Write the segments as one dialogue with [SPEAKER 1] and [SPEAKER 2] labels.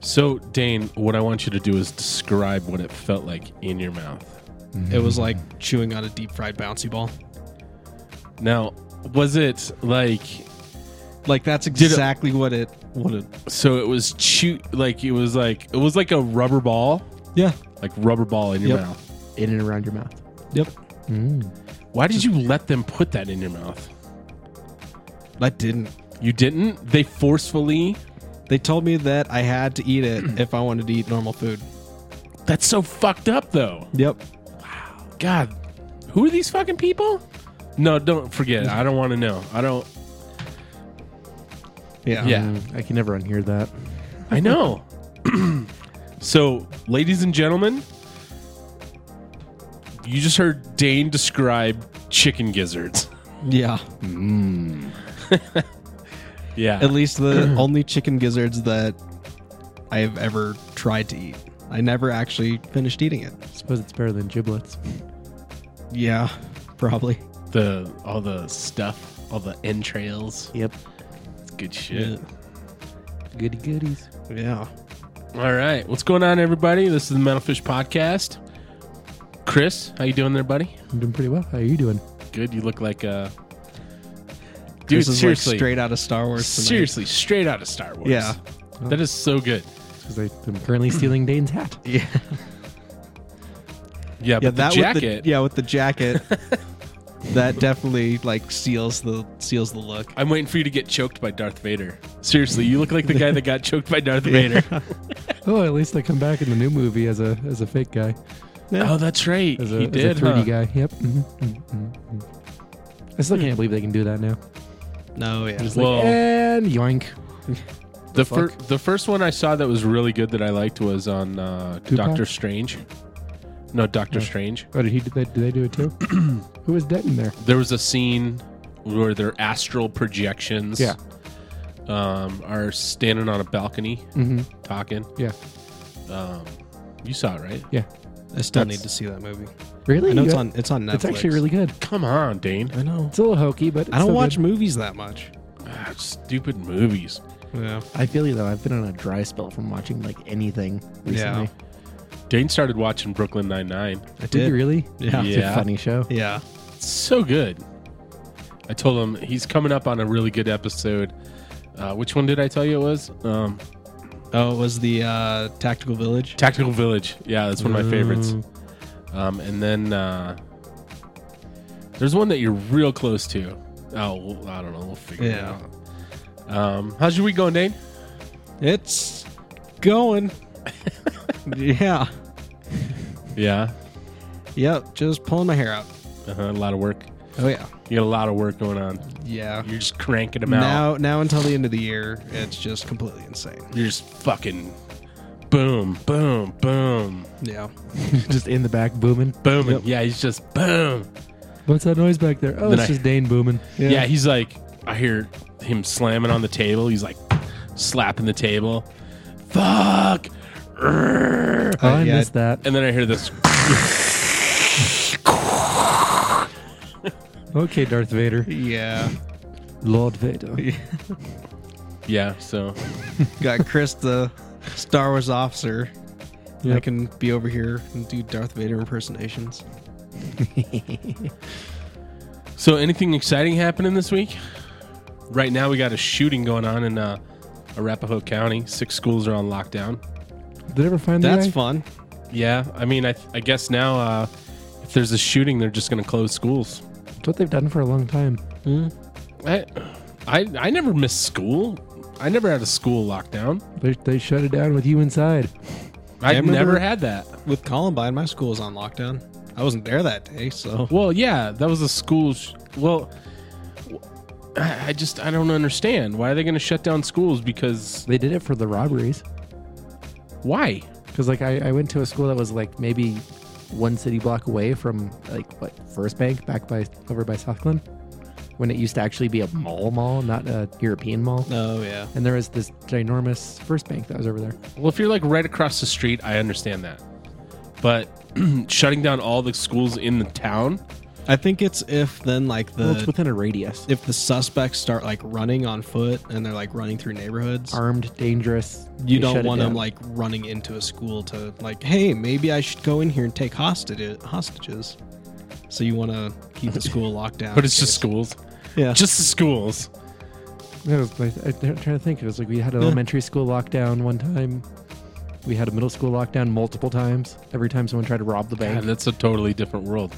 [SPEAKER 1] So, Dane, what I want you to do is describe what it felt like in your mouth.
[SPEAKER 2] It was like chewing on a deep fried bouncy ball.
[SPEAKER 1] Now, was it like
[SPEAKER 2] Like that's
[SPEAKER 1] it-
[SPEAKER 2] exactly what it what it.
[SPEAKER 1] so it was chew like it was like it was like a rubber ball,
[SPEAKER 2] Yeah.
[SPEAKER 1] like rubber ball in your
[SPEAKER 2] Yep.
[SPEAKER 1] mouth.
[SPEAKER 3] in and around your mouth.
[SPEAKER 2] Yep.
[SPEAKER 1] Why did you let them put that in your mouth?
[SPEAKER 2] I didn't.
[SPEAKER 1] You didn't? They forcefully
[SPEAKER 2] They told me that I had to eat it if I wanted to eat normal food.
[SPEAKER 1] That's so fucked up though.
[SPEAKER 2] Yep.
[SPEAKER 1] God, who are these fucking people? No, don't forget. it. I don't want to know. I don't.
[SPEAKER 2] Yeah.
[SPEAKER 1] Yeah.
[SPEAKER 3] Mm, I can never unhear that.
[SPEAKER 1] I know. so, ladies and gentlemen, you just heard Dane describe chicken gizzards.
[SPEAKER 2] Yeah.
[SPEAKER 1] Yeah.
[SPEAKER 2] At least the only chicken gizzards that I have ever tried to eat. I never actually finished eating it.
[SPEAKER 3] I suppose it's better than giblets.
[SPEAKER 2] Yeah, probably.
[SPEAKER 1] the all the stuff, all the entrails.
[SPEAKER 3] Yep.
[SPEAKER 1] It's good shit.
[SPEAKER 3] Goody goodies.
[SPEAKER 2] Yeah.
[SPEAKER 1] All right, what's going on, everybody? This is the Metalfish Podcast. Chris, how you doing there, buddy?
[SPEAKER 3] I'm doing pretty well. How are you doing?
[SPEAKER 1] Good. You look like a dude.
[SPEAKER 2] This is
[SPEAKER 1] seriously,
[SPEAKER 2] like straight out of Star Wars. tonight.
[SPEAKER 1] seriously, straight out of Star Wars.
[SPEAKER 2] Yeah.
[SPEAKER 1] that is so good.
[SPEAKER 3] Because I'm currently stealing Dane's hat.
[SPEAKER 2] Yeah.
[SPEAKER 1] Yeah,
[SPEAKER 2] Yeah,
[SPEAKER 1] but
[SPEAKER 2] that
[SPEAKER 1] the jacket.
[SPEAKER 2] With the, yeah, with the jacket. that definitely like seals the seals the look.
[SPEAKER 1] I'm waiting for you to get choked by Darth Vader. Seriously, you look like the guy that got choked by Darth Vader.
[SPEAKER 3] Oh, at least I come back in the new movie as a as a fake guy,
[SPEAKER 1] Oh, that's right.
[SPEAKER 3] as a,
[SPEAKER 1] he
[SPEAKER 3] as
[SPEAKER 1] did.
[SPEAKER 3] a 3D
[SPEAKER 1] huh?
[SPEAKER 3] guy. Yep. Mhm, mhm, mhm. I still can't believe they can do that now.
[SPEAKER 2] No, yeah.
[SPEAKER 3] It's
[SPEAKER 1] Whoa.
[SPEAKER 3] like, and yoink.
[SPEAKER 1] The,
[SPEAKER 3] fuck?
[SPEAKER 1] first, the first one I saw that was really good that I liked was on uh,
[SPEAKER 3] Tupac?
[SPEAKER 1] Doctor Strange. No, Doctor
[SPEAKER 3] Yeah.
[SPEAKER 1] Strange.
[SPEAKER 3] Oh, did he? Did they, did they do it too? Who was dead in there?
[SPEAKER 1] There was a scene where their astral projections
[SPEAKER 3] Yeah.
[SPEAKER 1] um, are standing on a balcony
[SPEAKER 3] Mm-hmm.
[SPEAKER 1] talking.
[SPEAKER 3] Yeah.
[SPEAKER 1] Um, you saw it, right?
[SPEAKER 3] Yeah.
[SPEAKER 2] I still
[SPEAKER 3] That's-
[SPEAKER 2] need to see that movie.
[SPEAKER 3] Really?
[SPEAKER 2] I know
[SPEAKER 3] You
[SPEAKER 2] it's
[SPEAKER 3] got-
[SPEAKER 2] on it's on Netflix.
[SPEAKER 3] It's actually really good.
[SPEAKER 1] Come on, Dane.
[SPEAKER 2] I know.
[SPEAKER 3] It's a little hokey, but it's
[SPEAKER 2] I don't
[SPEAKER 3] still
[SPEAKER 2] watch
[SPEAKER 3] good.
[SPEAKER 2] movies that much.
[SPEAKER 1] Ah, stupid movies.
[SPEAKER 2] Yeah.
[SPEAKER 3] I feel you though. I've been on a dry spell from watching like anything recently.
[SPEAKER 2] Yeah.
[SPEAKER 1] Dane started watching Brooklyn Nine Nine.
[SPEAKER 2] I
[SPEAKER 3] Did
[SPEAKER 2] did.
[SPEAKER 3] you really?
[SPEAKER 1] Yeah.
[SPEAKER 2] Yeah.
[SPEAKER 3] It's a funny show.
[SPEAKER 2] Yeah.
[SPEAKER 1] So good. I told him he's coming up on a really good episode. Uh, which one did I tell you it was? Um,
[SPEAKER 2] Oh, it was the uh, Tactical Village.
[SPEAKER 1] Tactical Village. Yeah, that's one of my favorites.
[SPEAKER 2] Mm.
[SPEAKER 1] Um, and then uh, there's one that you're real close to. Oh, well, I don't know. We'll figure
[SPEAKER 2] Yeah.
[SPEAKER 1] it out. Um, how's your week going, Dane?
[SPEAKER 2] It's going. yeah.
[SPEAKER 1] Yeah,
[SPEAKER 2] Yep. Just pulling my hair out.
[SPEAKER 1] uh-huh, a lot of work.
[SPEAKER 2] Oh yeah.
[SPEAKER 1] You got a lot of work going on.
[SPEAKER 2] Yeah.
[SPEAKER 1] You're just cranking them out.
[SPEAKER 2] Now now until the end of the year, it's just completely insane.
[SPEAKER 1] You're just fucking boom, boom, boom,
[SPEAKER 2] Yeah.
[SPEAKER 3] just in the back booming.
[SPEAKER 1] booming.
[SPEAKER 2] Yep.
[SPEAKER 1] Yeah, he's just boom.
[SPEAKER 3] What's that noise back there? Oh,
[SPEAKER 1] Then
[SPEAKER 3] it's
[SPEAKER 1] I-
[SPEAKER 3] just Dane booming.
[SPEAKER 1] Yeah. he's like, I hear him slamming on the table. He's like slapping the table. Fuck. Urgh.
[SPEAKER 3] Oh, I
[SPEAKER 2] yeah.
[SPEAKER 3] missed that.
[SPEAKER 1] And then I hear this.
[SPEAKER 3] Okay, Darth Vader.
[SPEAKER 2] Yeah.
[SPEAKER 3] Lord Vader.
[SPEAKER 1] Yeah, so
[SPEAKER 2] Got Chris the Star Wars officer. I
[SPEAKER 3] Yep.
[SPEAKER 2] can be over here and do Darth Vader impersonations.
[SPEAKER 1] so anything exciting happening this week? Right now we got a shooting going on in uh, Arapahoe County. Six schools are on lockdown.
[SPEAKER 3] Did I ever find that?
[SPEAKER 2] That's fun.
[SPEAKER 1] Yeah, I mean, I, I guess now uh, if there's a shooting, they're just going to close schools.
[SPEAKER 3] It's what they've done for a long time.
[SPEAKER 1] I, I I never missed school. I never had a school lockdown.
[SPEAKER 3] They, they shut it down with you inside.
[SPEAKER 1] I
[SPEAKER 2] remember-
[SPEAKER 1] never had that.
[SPEAKER 2] With Columbine, my school was on lockdown. I wasn't there that day, so
[SPEAKER 1] Well, yeah, that was a school. Sh- well, w- I I just I don't understand why are they going to shut down schools because
[SPEAKER 3] They did it for the robberies.
[SPEAKER 1] why?
[SPEAKER 3] Because like I, I went to a school that was like maybe one city block away from like what First Bank back by over by Southland, when it used to actually be a mall mall, not a European mall.
[SPEAKER 2] Oh yeah.
[SPEAKER 3] And there was this ginormous First Bank that was over there.
[SPEAKER 1] Well, if you're like right across the street, I understand that, but shutting down all the schools in the town
[SPEAKER 2] I think it's if then like
[SPEAKER 3] well, it's
[SPEAKER 2] the
[SPEAKER 3] within a radius.
[SPEAKER 2] if the suspects start like running on foot and they're like running through neighborhoods,
[SPEAKER 3] Armed, dangerous.
[SPEAKER 2] you
[SPEAKER 3] they shut
[SPEAKER 2] don't
[SPEAKER 3] it
[SPEAKER 2] want them
[SPEAKER 3] down.
[SPEAKER 2] like running into a school to like, hey, maybe I should go in here and take hostage hostages. So you want to keep the school locked down.
[SPEAKER 1] But it's
[SPEAKER 2] in
[SPEAKER 1] just
[SPEAKER 2] case-
[SPEAKER 1] schools.
[SPEAKER 2] yeah.
[SPEAKER 1] Just the schools.
[SPEAKER 3] Yeah, it was like- I- I'm trying to think. It was like we had an elementary school lockdown one time. We had a middle school lockdown multiple times. Every time someone tried to rob the
[SPEAKER 1] Man,
[SPEAKER 3] bank.
[SPEAKER 1] Ah, that's a totally different world.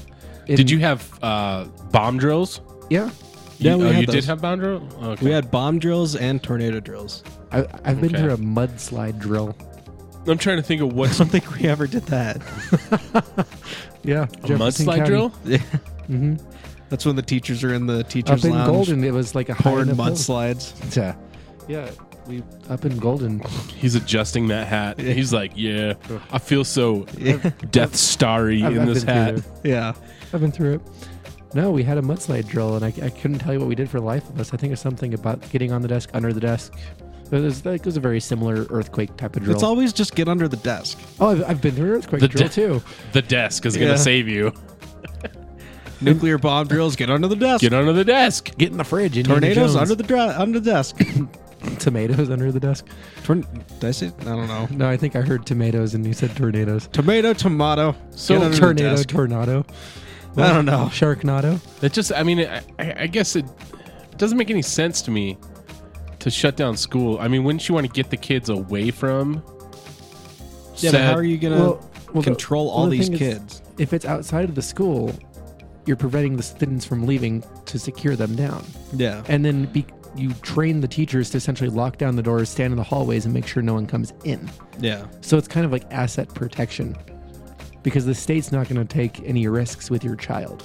[SPEAKER 3] In-
[SPEAKER 1] Did you have uh, bomb drills?
[SPEAKER 3] Yeah,
[SPEAKER 2] Yeah,
[SPEAKER 1] you,
[SPEAKER 2] we
[SPEAKER 1] oh,
[SPEAKER 2] had
[SPEAKER 1] you did
[SPEAKER 2] those.
[SPEAKER 1] have bomb drill. Okay.
[SPEAKER 2] we had bomb drills and tornado drills.
[SPEAKER 3] I, I've been
[SPEAKER 1] Okay.
[SPEAKER 3] through a mudslide drill.
[SPEAKER 1] I'm trying to think of
[SPEAKER 2] I
[SPEAKER 1] what's
[SPEAKER 2] don't think we ever did that.
[SPEAKER 3] Yeah,
[SPEAKER 1] a mudslide drill.
[SPEAKER 3] hmm
[SPEAKER 2] That's when the teachers are in the
[SPEAKER 3] Up
[SPEAKER 2] teachers'
[SPEAKER 3] in
[SPEAKER 2] lounge
[SPEAKER 3] Golden, it was like a high
[SPEAKER 2] pouring
[SPEAKER 3] enough hill.
[SPEAKER 2] mudslides.
[SPEAKER 3] Yeah, yeah. We up in Golden.
[SPEAKER 1] He's adjusting that hat. He's like, yeah, I feel so
[SPEAKER 2] Yeah.
[SPEAKER 1] Death Starry
[SPEAKER 3] I've-
[SPEAKER 1] in
[SPEAKER 3] I've
[SPEAKER 1] this
[SPEAKER 3] been
[SPEAKER 1] hat.
[SPEAKER 3] through
[SPEAKER 2] yeah.
[SPEAKER 3] it. I've been through it. No, we had a mudslide drill, and I, I couldn't tell you what we did for the life of us. I think it's something about getting on the desk, under the desk. It was, like, it was a very similar earthquake type of drill.
[SPEAKER 2] It's always just get under the desk.
[SPEAKER 3] oh, I've, I've been through an earthquake
[SPEAKER 1] The
[SPEAKER 3] drill
[SPEAKER 1] de-
[SPEAKER 3] too.
[SPEAKER 1] The desk is
[SPEAKER 2] Yeah.
[SPEAKER 1] gonna save you.
[SPEAKER 2] Nuclear bomb drills. Get under the desk.
[SPEAKER 1] Get under the desk.
[SPEAKER 3] Get in the fridge. Indiana
[SPEAKER 2] Tornadoes
[SPEAKER 3] Jones.
[SPEAKER 2] under the dra- under the desk.
[SPEAKER 3] tomatoes under the desk.
[SPEAKER 2] Torn- did I say? I don't know.
[SPEAKER 3] No, I think I heard tomatoes, and you said tornadoes.
[SPEAKER 2] Tomato, tomato.
[SPEAKER 1] So
[SPEAKER 2] Get under the
[SPEAKER 3] Tornado,
[SPEAKER 2] desk.
[SPEAKER 3] tornado.
[SPEAKER 2] I don't know. Uh,
[SPEAKER 3] Sharknado.
[SPEAKER 1] That just, I mean, I, I I guess it doesn't make any sense to me to shut down school. I mean, wouldn't you want to get the kids away from?
[SPEAKER 2] Yeah, but
[SPEAKER 1] said-
[SPEAKER 2] how are you gonna
[SPEAKER 3] Well- well, the-
[SPEAKER 2] control all
[SPEAKER 3] well, the
[SPEAKER 2] these
[SPEAKER 3] thing is-
[SPEAKER 2] kids?
[SPEAKER 3] If it's outside of the school, you're preventing the students from leaving to secure them down,
[SPEAKER 2] Yeah.
[SPEAKER 3] and then be, you train the teachers to essentially lock down the doors, stand in the hallways, and make sure no one comes in.
[SPEAKER 2] Yeah.
[SPEAKER 3] So it's kind of like asset protection, because the state's not going to take any risks with your child.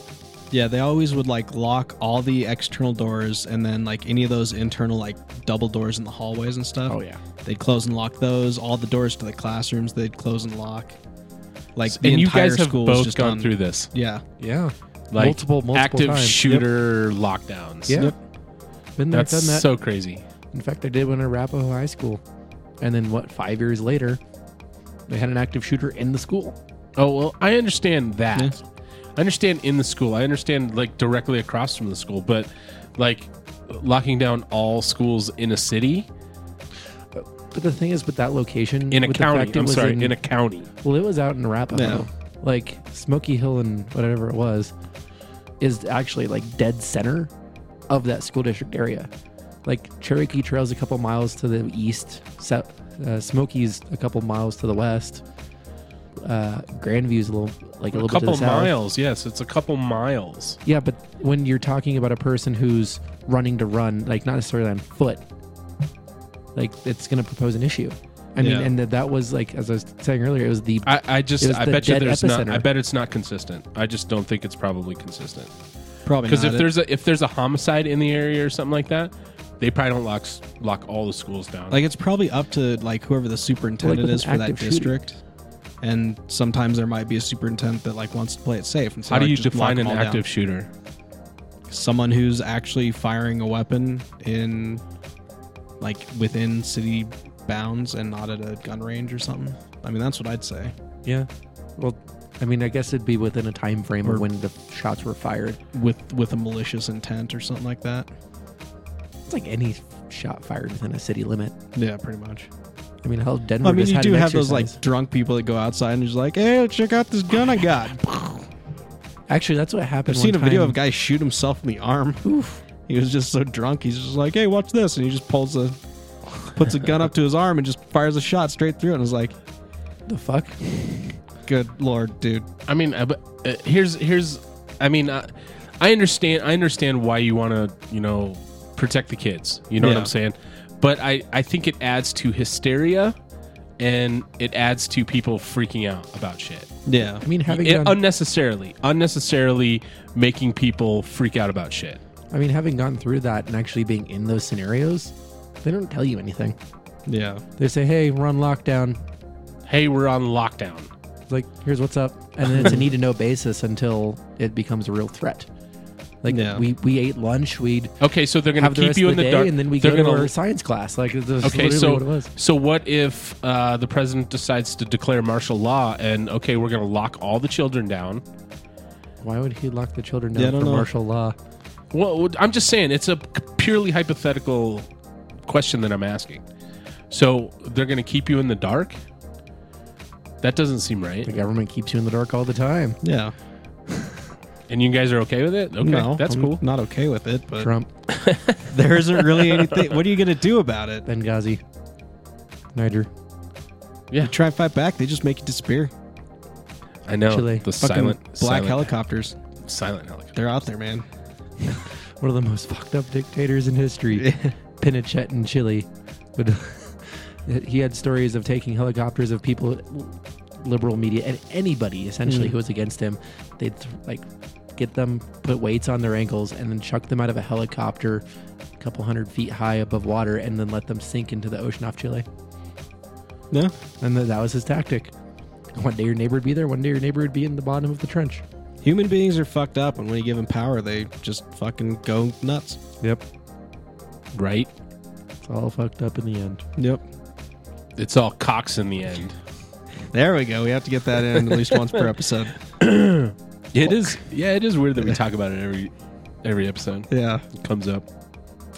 [SPEAKER 2] Yeah. They always would like lock all the external doors and then like any of those internal like double doors in the hallways and stuff.
[SPEAKER 1] Oh,
[SPEAKER 3] yeah.
[SPEAKER 2] They'd close and lock those. All the doors to the classrooms they'd close and lock. Like the
[SPEAKER 1] and you
[SPEAKER 2] entire
[SPEAKER 1] guys have
[SPEAKER 2] school was
[SPEAKER 1] both
[SPEAKER 2] just
[SPEAKER 1] gone
[SPEAKER 2] on-
[SPEAKER 1] through this,
[SPEAKER 2] Yeah.
[SPEAKER 3] Yeah.
[SPEAKER 1] like
[SPEAKER 3] multiple, multiple
[SPEAKER 1] active
[SPEAKER 3] times.
[SPEAKER 1] shooter lockdowns.
[SPEAKER 3] Yeah.
[SPEAKER 2] Yep.
[SPEAKER 3] Been there,
[SPEAKER 1] that's
[SPEAKER 3] done that.
[SPEAKER 1] so crazy.
[SPEAKER 3] In fact, I did one in Arapahoe High School. And then, what, five years later, they had an active shooter in the school.
[SPEAKER 1] Oh well, I understand that.
[SPEAKER 2] Yeah.
[SPEAKER 1] I understand in the school. I understand like directly across from the school, but like locking down all schools in a city,
[SPEAKER 3] But the thing is, with that location,
[SPEAKER 1] in a
[SPEAKER 3] with the
[SPEAKER 1] county.
[SPEAKER 3] fact it
[SPEAKER 1] I'm
[SPEAKER 3] was
[SPEAKER 1] sorry, in, a county.
[SPEAKER 3] well, it was out in Arapahoe.
[SPEAKER 2] Yeah.
[SPEAKER 3] Like, Smoky Hill and whatever it was is actually like dead center of that school district area. Like, Cherokee Trail's a couple miles to the east, so, uh, Smoky's a couple miles to the west. Uh, Grandview's a little like a
[SPEAKER 1] A
[SPEAKER 3] little bit
[SPEAKER 1] couple
[SPEAKER 3] to the south.
[SPEAKER 1] miles. Yes, it's a couple miles.
[SPEAKER 3] Yeah, but when you're talking about a person who's running to run, like not necessarily on foot, like it's going to propose an issue. I mean,
[SPEAKER 2] Yeah.
[SPEAKER 3] and that, that was like as I was saying earlier, it was the
[SPEAKER 1] I, I just
[SPEAKER 3] It was
[SPEAKER 1] I
[SPEAKER 3] the
[SPEAKER 1] bet you
[SPEAKER 3] dead
[SPEAKER 1] there's not
[SPEAKER 3] epicenter.
[SPEAKER 1] I bet it's not consistent. I just don't think it's probably consistent.
[SPEAKER 2] Probably
[SPEAKER 1] Because if
[SPEAKER 2] not. It-
[SPEAKER 1] there's a if there's a homicide in the area or something like that, they probably don't lock s- lock all the schools down.
[SPEAKER 2] Like it's probably up to like whoever the superintendent
[SPEAKER 3] with
[SPEAKER 2] is
[SPEAKER 3] an
[SPEAKER 2] for that
[SPEAKER 3] active shooter.
[SPEAKER 2] district. And sometimes there might be a superintendent that like wants to play it safe. And so
[SPEAKER 1] how do
[SPEAKER 2] like,
[SPEAKER 1] you
[SPEAKER 2] just
[SPEAKER 1] define
[SPEAKER 2] lock
[SPEAKER 1] an
[SPEAKER 2] them all down.
[SPEAKER 1] active shooter?
[SPEAKER 2] Someone who's actually firing a weapon in like within city bounds and not at a gun range or something. I mean, that's what I'd say.
[SPEAKER 3] yeah. Well, I mean, I guess it'd be within a time frame
[SPEAKER 2] Or-
[SPEAKER 3] of when the shots were fired.
[SPEAKER 2] With with a malicious intent or something like that.
[SPEAKER 3] It's like any shot fired within a city limit.
[SPEAKER 2] Yeah, pretty much.
[SPEAKER 3] I mean, hell, Denver.
[SPEAKER 2] I mean,
[SPEAKER 3] just
[SPEAKER 2] you
[SPEAKER 3] had
[SPEAKER 2] do
[SPEAKER 3] an
[SPEAKER 2] have those
[SPEAKER 3] exercise.
[SPEAKER 2] like drunk people that go outside and just like, hey, check out this gun I got.
[SPEAKER 3] Actually, that's what happened.
[SPEAKER 2] I've seen a
[SPEAKER 3] one
[SPEAKER 2] video
[SPEAKER 3] time.
[SPEAKER 2] of a guy shoot himself in the arm. He was just so drunk. He's just like, "Hey, watch this!" And he just pulls a, puts a gun up to his arm and just fires a shot straight through. it. And I was like,
[SPEAKER 3] the fuck.
[SPEAKER 2] "Good lord, dude!"
[SPEAKER 1] I mean, uh, but uh, here's here's I mean, uh, I understand I understand why you want to you know protect the kids. You know what
[SPEAKER 2] Yeah.
[SPEAKER 1] I'm saying? But I I think it adds to hysteria, and it adds to people freaking out about shit.
[SPEAKER 2] Yeah,
[SPEAKER 3] I mean, having
[SPEAKER 1] It-
[SPEAKER 3] gone,
[SPEAKER 1] unnecessarily, unnecessarily making people freak out about shit.
[SPEAKER 3] I mean, having gone through that and actually being in those scenarios, they don't tell you anything.
[SPEAKER 2] yeah,
[SPEAKER 3] They say, "Hey, we're on lockdown.
[SPEAKER 1] Hey, we're on lockdown.
[SPEAKER 3] It's like, here's what's up," and then it's a need to know basis until it becomes a real threat. Like
[SPEAKER 2] Yeah.
[SPEAKER 3] we, we ate lunch, we'd
[SPEAKER 1] Okay, so they're going
[SPEAKER 3] have
[SPEAKER 1] to
[SPEAKER 3] the
[SPEAKER 1] keep
[SPEAKER 3] rest
[SPEAKER 1] you
[SPEAKER 3] of
[SPEAKER 1] in
[SPEAKER 3] the,
[SPEAKER 1] the,
[SPEAKER 3] day,
[SPEAKER 1] dark,
[SPEAKER 3] and then we
[SPEAKER 1] they're
[SPEAKER 3] go to
[SPEAKER 1] gonna-
[SPEAKER 3] our science class. Like that's
[SPEAKER 1] Okay,
[SPEAKER 3] literally
[SPEAKER 1] so
[SPEAKER 3] what it was.
[SPEAKER 1] so what if uh, the president decides to declare martial law and okay, we're going to lock all the children down,
[SPEAKER 3] Why would he lock the children down
[SPEAKER 2] Yeah, I don't
[SPEAKER 3] for
[SPEAKER 2] know.
[SPEAKER 3] martial law?
[SPEAKER 1] Well, I'm just saying it's a purely hypothetical question that I'm asking. So they're going to keep you in the dark. That doesn't seem right.
[SPEAKER 3] The government keeps you in the dark all the time.
[SPEAKER 2] Yeah.
[SPEAKER 1] And you guys are okay with it? Okay,
[SPEAKER 2] no,
[SPEAKER 1] that's
[SPEAKER 2] I'm
[SPEAKER 1] cool.
[SPEAKER 2] Not okay with it, but
[SPEAKER 3] Trump,
[SPEAKER 2] there isn't really anything. What are you gonna do about it?
[SPEAKER 3] Benghazi, Niger,
[SPEAKER 1] Yeah,
[SPEAKER 2] Try and fight back. They just make you disappear.
[SPEAKER 1] I know
[SPEAKER 3] Chile.
[SPEAKER 1] the
[SPEAKER 2] Fucking
[SPEAKER 1] silent
[SPEAKER 2] black
[SPEAKER 1] silent,
[SPEAKER 2] helicopters.
[SPEAKER 1] silent helicopter.
[SPEAKER 2] They're out there, man.
[SPEAKER 3] one of the most fucked up dictators in history, Pinochet in Chile. But he had stories of taking helicopters of people, liberal media, and anybody essentially
[SPEAKER 2] Hmm.
[SPEAKER 3] who was against him. They'd th- like get them, put weights on their ankles, and then chuck them out of a helicopter a couple hundred feet high above water, and then let them sink into the ocean off Chile.
[SPEAKER 2] No.
[SPEAKER 3] And th- that was his tactic. One day your neighbor would be there, one day your neighbor would be in the bottom of the trench.
[SPEAKER 2] Human beings are fucked up, and when you give them power, they just fucking go nuts.
[SPEAKER 3] Yep.
[SPEAKER 1] Right?
[SPEAKER 3] It's all fucked up in the end.
[SPEAKER 2] Yep.
[SPEAKER 1] It's all cocks in the end.
[SPEAKER 2] There we go. We have to get that in at least once per episode.
[SPEAKER 1] It is. Yeah, it is weird that we talk about it every every episode.
[SPEAKER 2] Yeah.
[SPEAKER 1] It comes up.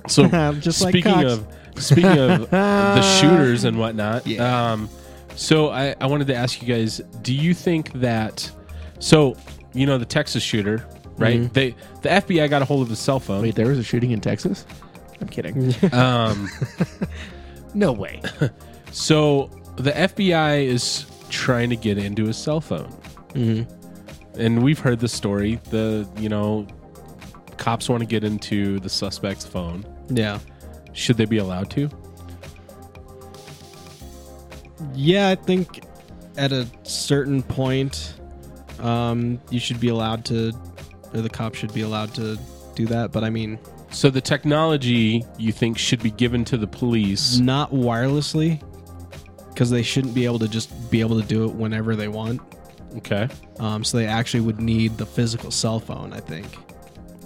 [SPEAKER 1] So
[SPEAKER 2] Just like
[SPEAKER 1] speaking
[SPEAKER 2] cocks.
[SPEAKER 1] of speaking of the shooters and whatnot.
[SPEAKER 2] Yeah.
[SPEAKER 1] Um, so I, I wanted to ask you guys: Do you think that? So you know the Texas shooter, right?
[SPEAKER 2] Mm-hmm.
[SPEAKER 1] They the FBI got a hold of his cell phone.
[SPEAKER 3] Wait, there was a shooting in Texas? I'm kidding.
[SPEAKER 1] Um,
[SPEAKER 3] no way.
[SPEAKER 1] So the FBI is trying to get into his cell phone,
[SPEAKER 2] Mm-hmm.
[SPEAKER 1] and we've heard the story. The you know, cops want to get into the suspect's phone.
[SPEAKER 2] Yeah.
[SPEAKER 1] Should they be allowed to?
[SPEAKER 2] Yeah, I think at a certain point, um, you should be allowed to, or the cop should be allowed to do that. But I mean,
[SPEAKER 1] So the technology you think should be given to the police?
[SPEAKER 2] not wirelessly, because they shouldn't be able to just be able to do it whenever they want.
[SPEAKER 1] Okay,
[SPEAKER 2] Um, so they actually would need the physical cell phone, I think,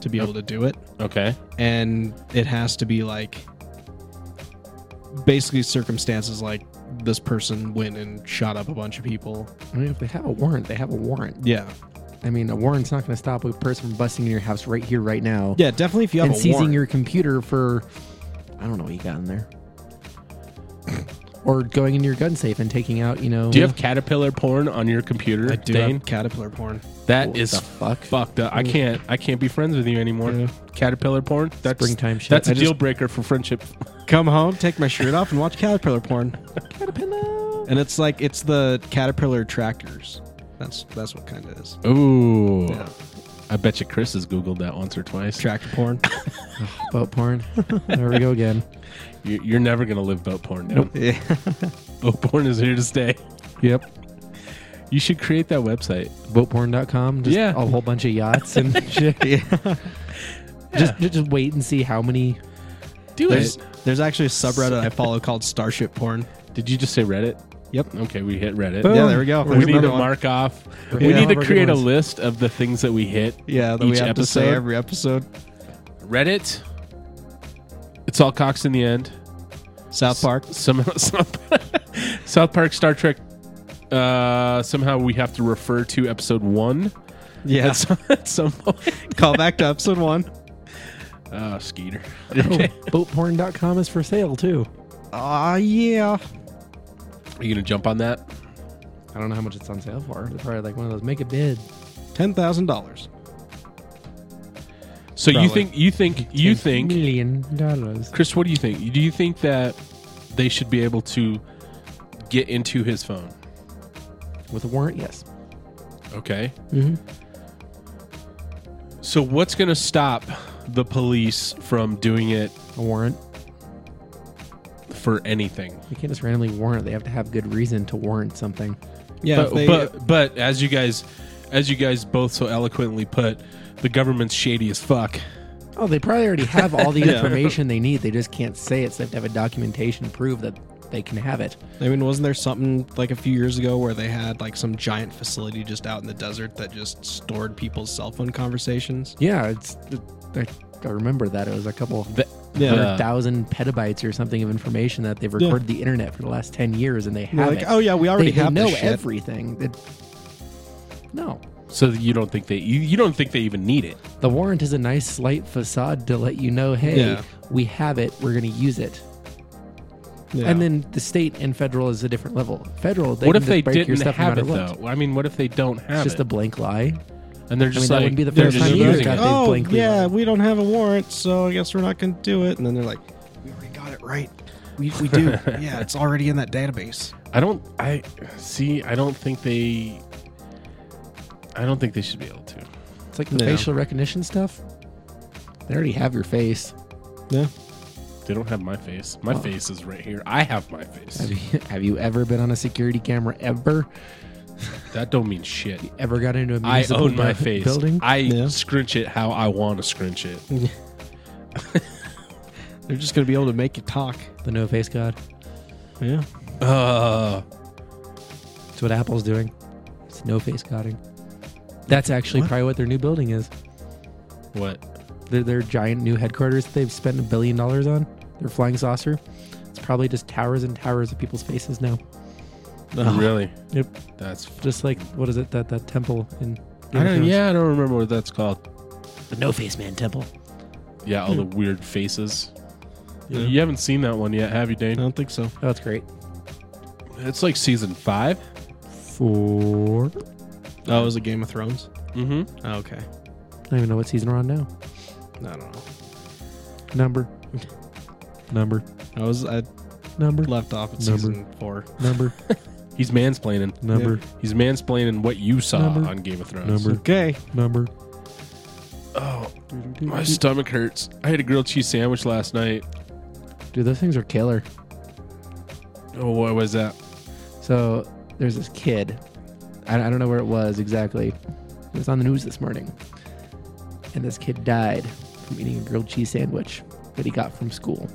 [SPEAKER 2] to be able to do it.
[SPEAKER 1] okay,
[SPEAKER 2] And it has to be like basically circumstances like this person went and shot up a bunch of people.
[SPEAKER 3] I mean, if they have a warrant, they have a warrant.
[SPEAKER 2] Yeah.
[SPEAKER 3] I mean, a warrant's not going to stop a person from busting in your house right here, right now,
[SPEAKER 2] Yeah, definitely if you have
[SPEAKER 3] and
[SPEAKER 2] a
[SPEAKER 3] seizing
[SPEAKER 2] warrant.
[SPEAKER 3] your computer for, I don't know what you got in there, or going into your gun safe and taking out, you know,
[SPEAKER 1] do you have caterpillar porn on your computer,
[SPEAKER 2] I do
[SPEAKER 1] Dane?
[SPEAKER 2] have caterpillar porn.
[SPEAKER 1] that
[SPEAKER 3] What
[SPEAKER 1] is
[SPEAKER 3] the fuck?
[SPEAKER 1] fucked up. I can't. I can't be friends with you anymore.
[SPEAKER 2] Yeah.
[SPEAKER 1] Caterpillar porn. That's
[SPEAKER 3] Springtime shit.
[SPEAKER 1] That's a
[SPEAKER 3] I just-
[SPEAKER 1] deal breaker for friendship.
[SPEAKER 2] Come home, take my shirt off, and watch caterpillar porn.
[SPEAKER 3] caterpillar.
[SPEAKER 2] And it's like it's the caterpillar trackers. That's that's what kind of is.
[SPEAKER 1] Ooh,
[SPEAKER 2] Yeah.
[SPEAKER 1] I bet you Chris has googled that once or twice.
[SPEAKER 2] Tractor porn.
[SPEAKER 3] Boat porn. there we go again.
[SPEAKER 1] You're, you're never gonna live boat porn. Nope.
[SPEAKER 2] yeah.
[SPEAKER 1] Boat porn is here to stay.
[SPEAKER 3] Yep.
[SPEAKER 1] You should create that website.
[SPEAKER 3] Boatporn.com. Just
[SPEAKER 1] Yeah.
[SPEAKER 3] a whole bunch of yachts and shit.
[SPEAKER 2] yeah.
[SPEAKER 3] Just, just just wait and see how many.
[SPEAKER 1] Do
[SPEAKER 2] There's there's actually a subreddit I follow called Starship Porn.
[SPEAKER 1] Did you just say Reddit?
[SPEAKER 2] Yep.
[SPEAKER 1] Okay, we hit Reddit.
[SPEAKER 3] Boom.
[SPEAKER 2] Yeah, there we go.
[SPEAKER 1] We
[SPEAKER 2] There's
[SPEAKER 1] need
[SPEAKER 2] another
[SPEAKER 1] to
[SPEAKER 2] one.
[SPEAKER 1] mark off.
[SPEAKER 3] Yeah.
[SPEAKER 1] we
[SPEAKER 3] Yeah.
[SPEAKER 1] need to
[SPEAKER 3] We're
[SPEAKER 1] create
[SPEAKER 3] good
[SPEAKER 1] a
[SPEAKER 3] ones.
[SPEAKER 1] list of the things that we hit.
[SPEAKER 2] Yeah, that we
[SPEAKER 1] each
[SPEAKER 2] have to say
[SPEAKER 1] episode.
[SPEAKER 2] every episode.
[SPEAKER 1] Reddit. It's all cocks in the end.
[SPEAKER 2] South Park.
[SPEAKER 1] Some, some South Park, Star Trek. Uh, somehow we have to refer to episode one
[SPEAKER 2] Yeah.
[SPEAKER 1] at some, at some point.
[SPEAKER 2] Call back to episode one.
[SPEAKER 1] Oh, Skeeter.
[SPEAKER 3] Oh, boatporn.com is for sale too.
[SPEAKER 2] Ah, yeah.
[SPEAKER 1] Are you gonna jump on that?
[SPEAKER 3] I don't know how much it's on sale for. It's probably like one of those make a bid.
[SPEAKER 2] Ten thousand dollars.
[SPEAKER 1] So you
[SPEAKER 2] Probably.
[SPEAKER 1] think you think you think
[SPEAKER 3] million dollars.
[SPEAKER 1] Chris, what do you think? Do you think that they should be able to get into his phone?
[SPEAKER 3] With a warrant, yes.
[SPEAKER 1] Okay.
[SPEAKER 3] Mm-hmm.
[SPEAKER 1] So what's going to stop the police from doing it
[SPEAKER 3] A warrant.
[SPEAKER 1] for anything?
[SPEAKER 3] They can't just randomly warrant. They have to have good reason to warrant something.
[SPEAKER 2] Yeah,
[SPEAKER 1] but,
[SPEAKER 2] if they-
[SPEAKER 1] but but as you guys as you guys both so eloquently put, the government's shady as fuck.
[SPEAKER 3] Oh, they probably already have all the
[SPEAKER 2] Yeah.
[SPEAKER 3] information they need. They just can't say it, so they have to have a documentation to prove that they can have it.
[SPEAKER 2] I mean, wasn't there something like a few years ago where they had like some giant facility just out in the desert that just stored people's cell phone conversations?
[SPEAKER 3] Yeah, it's. I, I remember that it was a couple
[SPEAKER 1] The-
[SPEAKER 2] Yeah.
[SPEAKER 1] the-
[SPEAKER 3] hundred thousand petabytes or something of information that they've
[SPEAKER 2] Yeah.
[SPEAKER 3] recorded the internet for the last ten years, and they
[SPEAKER 2] They're
[SPEAKER 3] have
[SPEAKER 2] like,
[SPEAKER 3] it.
[SPEAKER 2] oh yeah, we already
[SPEAKER 3] they,
[SPEAKER 2] have
[SPEAKER 3] they know
[SPEAKER 2] this shit.
[SPEAKER 3] everything. It- no,
[SPEAKER 1] So you don't think they you, you don't think they even need it.
[SPEAKER 3] The warrant is a nice slight facade to let you know, hey,
[SPEAKER 2] Yeah.
[SPEAKER 3] we have it, we're going to use it.
[SPEAKER 2] Yeah.
[SPEAKER 3] And then the state and federal is a different level. Federal, they
[SPEAKER 1] what
[SPEAKER 3] can
[SPEAKER 1] if
[SPEAKER 3] just
[SPEAKER 1] they
[SPEAKER 3] break your
[SPEAKER 1] didn't
[SPEAKER 3] stuff no
[SPEAKER 1] have it
[SPEAKER 3] matter what.
[SPEAKER 1] though? I mean, what if they don't have
[SPEAKER 3] It's just
[SPEAKER 1] it?
[SPEAKER 3] a blank lie.
[SPEAKER 1] and they're just
[SPEAKER 3] that
[SPEAKER 1] like
[SPEAKER 3] wouldn't be the
[SPEAKER 1] they're
[SPEAKER 3] first
[SPEAKER 1] just
[SPEAKER 3] time either,
[SPEAKER 1] using
[SPEAKER 3] God.
[SPEAKER 1] it.
[SPEAKER 3] they
[SPEAKER 2] oh
[SPEAKER 3] blankly
[SPEAKER 2] yeah,
[SPEAKER 3] lied.
[SPEAKER 2] we don't have a warrant, so I guess we're not going to do it. And then they're like, we already got it right. We, we do. yeah, it's already in that database.
[SPEAKER 1] I don't. I see. I don't think they. I don't think they should be able to.
[SPEAKER 3] It's like the
[SPEAKER 2] No.
[SPEAKER 3] facial recognition stuff. They already have your face.
[SPEAKER 2] Yeah.
[SPEAKER 1] They don't have my face. My
[SPEAKER 3] Oh.
[SPEAKER 1] face is right here. I have my face.
[SPEAKER 3] Have you, have you ever been on a security camera ever?
[SPEAKER 1] That don't mean shit.
[SPEAKER 3] Ever got into a
[SPEAKER 1] I
[SPEAKER 3] municipal
[SPEAKER 1] own my
[SPEAKER 3] bu-
[SPEAKER 1] face.
[SPEAKER 3] building? Mm.
[SPEAKER 1] I
[SPEAKER 2] Yeah.
[SPEAKER 1] scrunch it how I want to scrunch it.
[SPEAKER 2] They're just going to be able to make you talk.
[SPEAKER 3] the no face god.
[SPEAKER 2] Yeah.
[SPEAKER 1] Uh,
[SPEAKER 3] It's what Apple's doing. It's no face godding. That's actually
[SPEAKER 2] What?
[SPEAKER 3] probably what their new building is.
[SPEAKER 1] what?
[SPEAKER 3] Their, their giant new headquarters that they've spent a billion dollars on, their flying saucer. It's probably just towers and towers of people's faces now.
[SPEAKER 1] Really?
[SPEAKER 3] Yep.
[SPEAKER 1] That's. f-
[SPEAKER 3] Just like, what is it, that, that temple in. Game
[SPEAKER 1] I
[SPEAKER 3] of
[SPEAKER 1] don't.
[SPEAKER 3] Thrones?
[SPEAKER 1] Yeah, I don't remember what that's called.
[SPEAKER 3] The No Face Man Temple.
[SPEAKER 1] Yeah, all the weird faces.
[SPEAKER 2] Yeah.
[SPEAKER 1] You haven't seen that one yet, have you,
[SPEAKER 2] I
[SPEAKER 1] Dane?
[SPEAKER 2] don't think so.
[SPEAKER 3] Oh, it's great.
[SPEAKER 1] It's like season five.
[SPEAKER 3] Four.
[SPEAKER 2] Oh, it was a Game of Thrones.
[SPEAKER 1] Mm-hmm.
[SPEAKER 2] Oh, okay.
[SPEAKER 3] I don't even know what season we're on now.
[SPEAKER 2] I don't know.
[SPEAKER 3] Number. Number.
[SPEAKER 2] I was I
[SPEAKER 3] Number.
[SPEAKER 2] left off at
[SPEAKER 3] Number.
[SPEAKER 2] season four.
[SPEAKER 3] Number.
[SPEAKER 1] He's mansplaining.
[SPEAKER 3] Number.
[SPEAKER 1] He's mansplaining what you saw
[SPEAKER 3] Number.
[SPEAKER 1] on Game of Thrones.
[SPEAKER 3] Number.
[SPEAKER 2] Okay.
[SPEAKER 3] Number.
[SPEAKER 1] Oh, my stomach hurts. I had a grilled cheese sandwich last night.
[SPEAKER 3] Dude, those things are killer.
[SPEAKER 1] Oh, what was that?
[SPEAKER 3] So there's this kid. I, I don't know where it was exactly. It was on the news this morning. And this kid died from eating a grilled cheese sandwich that he got from school.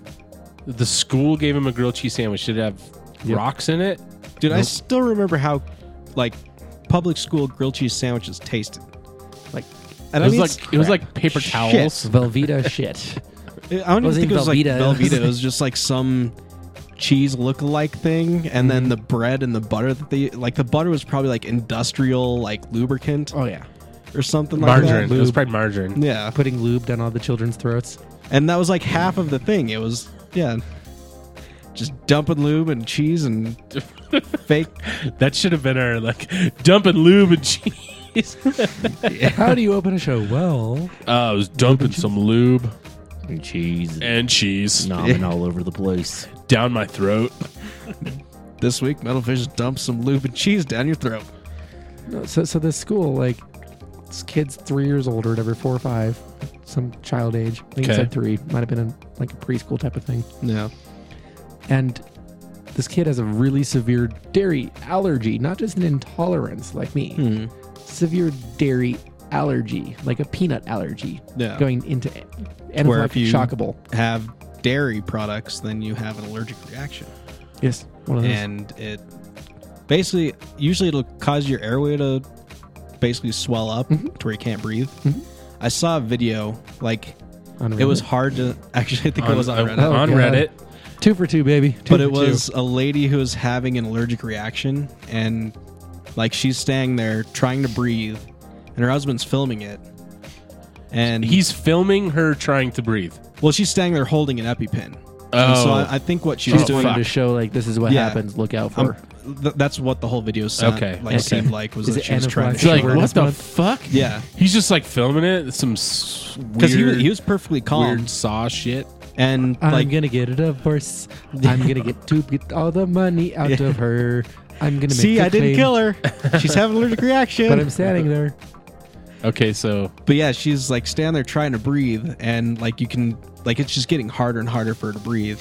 [SPEAKER 1] The school gave him a grilled cheese sandwich. Did it have
[SPEAKER 3] Yep.
[SPEAKER 1] rocks in it?
[SPEAKER 2] Dude, I
[SPEAKER 3] Nope.
[SPEAKER 2] still remember how like public school grilled cheese sandwiches tasted.
[SPEAKER 3] Like
[SPEAKER 2] And
[SPEAKER 1] it was
[SPEAKER 2] mean,
[SPEAKER 1] like
[SPEAKER 2] it's
[SPEAKER 1] it was
[SPEAKER 2] crap.
[SPEAKER 1] like paper
[SPEAKER 2] Shit.
[SPEAKER 1] towels.
[SPEAKER 3] Velveeta shit.
[SPEAKER 2] I don't even
[SPEAKER 3] wasn't
[SPEAKER 2] think it
[SPEAKER 3] even
[SPEAKER 2] was like
[SPEAKER 3] Velveeta, it was-
[SPEAKER 2] Velveeta. It was just like some cheese look-alike thing, and
[SPEAKER 3] Mm-hmm.
[SPEAKER 2] then the bread and the butter that they like. The butter was probably like industrial like lubricant
[SPEAKER 3] Oh, yeah.
[SPEAKER 2] or something
[SPEAKER 1] Margarine.
[SPEAKER 2] like that.
[SPEAKER 1] It was
[SPEAKER 2] Lube.
[SPEAKER 1] probably margarine.
[SPEAKER 2] yeah,
[SPEAKER 3] Putting lube down all the children's throats.
[SPEAKER 2] and that was like half of the thing. It was yeah, just dumping lube and cheese and fake.
[SPEAKER 1] That should have been our like dumping lube and cheese.
[SPEAKER 3] How do you open a show? Well,
[SPEAKER 1] uh, I was dumping some lube
[SPEAKER 4] cheese
[SPEAKER 1] and cheese
[SPEAKER 4] nomming all over the place.
[SPEAKER 1] down my throat.
[SPEAKER 2] This week, Metalfish dumped some lube and cheese down your throat.
[SPEAKER 3] No, so so this school like this kid's three years old or whatever, four or five, some child age. I think it
[SPEAKER 1] Okay.
[SPEAKER 3] said three. Might have been in like a preschool type of thing.
[SPEAKER 2] Yeah,
[SPEAKER 3] And this kid has a really severe dairy allergy, not just an intolerance like me,
[SPEAKER 2] Hmm.
[SPEAKER 3] severe dairy allergy, like a peanut allergy,
[SPEAKER 2] yeah.
[SPEAKER 3] going into animal
[SPEAKER 2] Where
[SPEAKER 3] like
[SPEAKER 2] if you-
[SPEAKER 3] shockable.
[SPEAKER 2] have dairy products, then you have an allergic reaction.
[SPEAKER 3] Yes, one
[SPEAKER 1] Mm.
[SPEAKER 3] of those.
[SPEAKER 2] and it basically usually it'll cause your airway to basically swell up
[SPEAKER 1] Mm-hmm.
[SPEAKER 2] to where you can't breathe. I saw a video like
[SPEAKER 3] on
[SPEAKER 2] it was
[SPEAKER 3] Reddit.
[SPEAKER 2] hard to actually. I think it was on Reddit,
[SPEAKER 3] Oh,
[SPEAKER 1] on
[SPEAKER 3] God.
[SPEAKER 1] Reddit.
[SPEAKER 3] two for two, baby. Two
[SPEAKER 2] but it
[SPEAKER 3] for two.
[SPEAKER 2] was a lady who was having an allergic reaction, and like she's standing there trying to breathe, and her husband's filming it. And
[SPEAKER 1] He's filming her trying to breathe.
[SPEAKER 2] well, she's standing there holding an EpiPen. And so
[SPEAKER 1] Oh.
[SPEAKER 2] I, I think what she
[SPEAKER 3] She's
[SPEAKER 2] was doing.
[SPEAKER 3] doing
[SPEAKER 1] fuck.
[SPEAKER 3] to show like this is what
[SPEAKER 2] Yeah.
[SPEAKER 3] happens. Look out
[SPEAKER 2] I'm-
[SPEAKER 3] for.
[SPEAKER 2] th- that's what the whole video sound,
[SPEAKER 1] Okay,
[SPEAKER 2] like
[SPEAKER 1] okay.
[SPEAKER 2] seemed like was
[SPEAKER 3] Is
[SPEAKER 2] that
[SPEAKER 3] it
[SPEAKER 2] she was trying to
[SPEAKER 1] She's
[SPEAKER 3] Sure.
[SPEAKER 2] show
[SPEAKER 1] like,
[SPEAKER 2] her.
[SPEAKER 1] what
[SPEAKER 3] Anorexia?
[SPEAKER 1] the
[SPEAKER 3] Anorexia?
[SPEAKER 1] fuck?
[SPEAKER 2] Yeah.
[SPEAKER 1] He's just like filming it. It's Some s- weird,
[SPEAKER 2] because he was, he was perfectly calm
[SPEAKER 1] weird saw shit.
[SPEAKER 2] and
[SPEAKER 3] I'm
[SPEAKER 2] like
[SPEAKER 3] gonna get a divorce. I'm gonna get to get all the money out
[SPEAKER 2] Yeah.
[SPEAKER 3] of her. I'm gonna make
[SPEAKER 2] see
[SPEAKER 3] the
[SPEAKER 2] i didn't
[SPEAKER 3] claim,
[SPEAKER 2] kill her she's having allergic reaction
[SPEAKER 3] but
[SPEAKER 2] but,
[SPEAKER 3] I'm standing there.
[SPEAKER 1] Okay, so
[SPEAKER 2] yeah she's like standing there trying to breathe and like you can like it's just getting harder and harder for her to breathe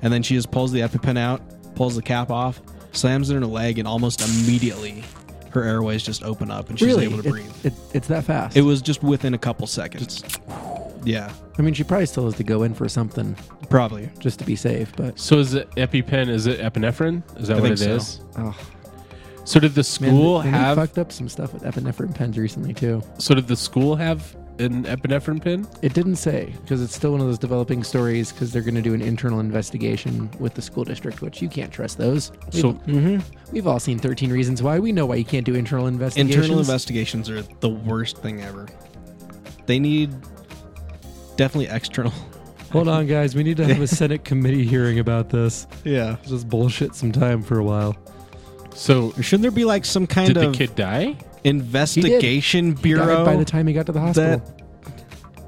[SPEAKER 2] and then she just pulls the epipen out pulls the cap off slams it in her leg and almost immediately her airways just open up and she's
[SPEAKER 3] really,
[SPEAKER 2] able to
[SPEAKER 3] it-
[SPEAKER 2] breathe
[SPEAKER 3] it- it's that fast.
[SPEAKER 2] it was just within a couple seconds yeah
[SPEAKER 3] I mean, she probably still has to go in for something
[SPEAKER 2] probably
[SPEAKER 3] just to be safe. But
[SPEAKER 1] so is it EpiPen? Is it epinephrine? Is that
[SPEAKER 2] I
[SPEAKER 1] what it
[SPEAKER 2] think
[SPEAKER 1] is?
[SPEAKER 2] so.
[SPEAKER 1] so.
[SPEAKER 3] oh
[SPEAKER 1] did the
[SPEAKER 3] man,
[SPEAKER 1] school
[SPEAKER 3] they- they
[SPEAKER 1] have?
[SPEAKER 3] fucked up some stuff with epinephrine pens recently too.
[SPEAKER 1] So did the school have an epinephrine pin?
[SPEAKER 3] It didn't say because it's still one of those developing stories because they're going to do an internal investigation with the school district, which you can't trust those. We've,
[SPEAKER 1] So-
[SPEAKER 3] Mhm. we've all seen 13 Reasons Why. We know why you can't do internal investigations.
[SPEAKER 2] Internal investigations are the worst thing ever. They need definitely external.
[SPEAKER 3] Hold on, guys. We need to have a Senate committee hearing about this.
[SPEAKER 2] Yeah.
[SPEAKER 3] Let's Just bullshit some time for a while.
[SPEAKER 1] So
[SPEAKER 2] Or shouldn't there be like some kind
[SPEAKER 1] did the
[SPEAKER 2] of
[SPEAKER 1] kid die?
[SPEAKER 2] investigation bureau?
[SPEAKER 3] Died by the time he got to the hospital.
[SPEAKER 2] that-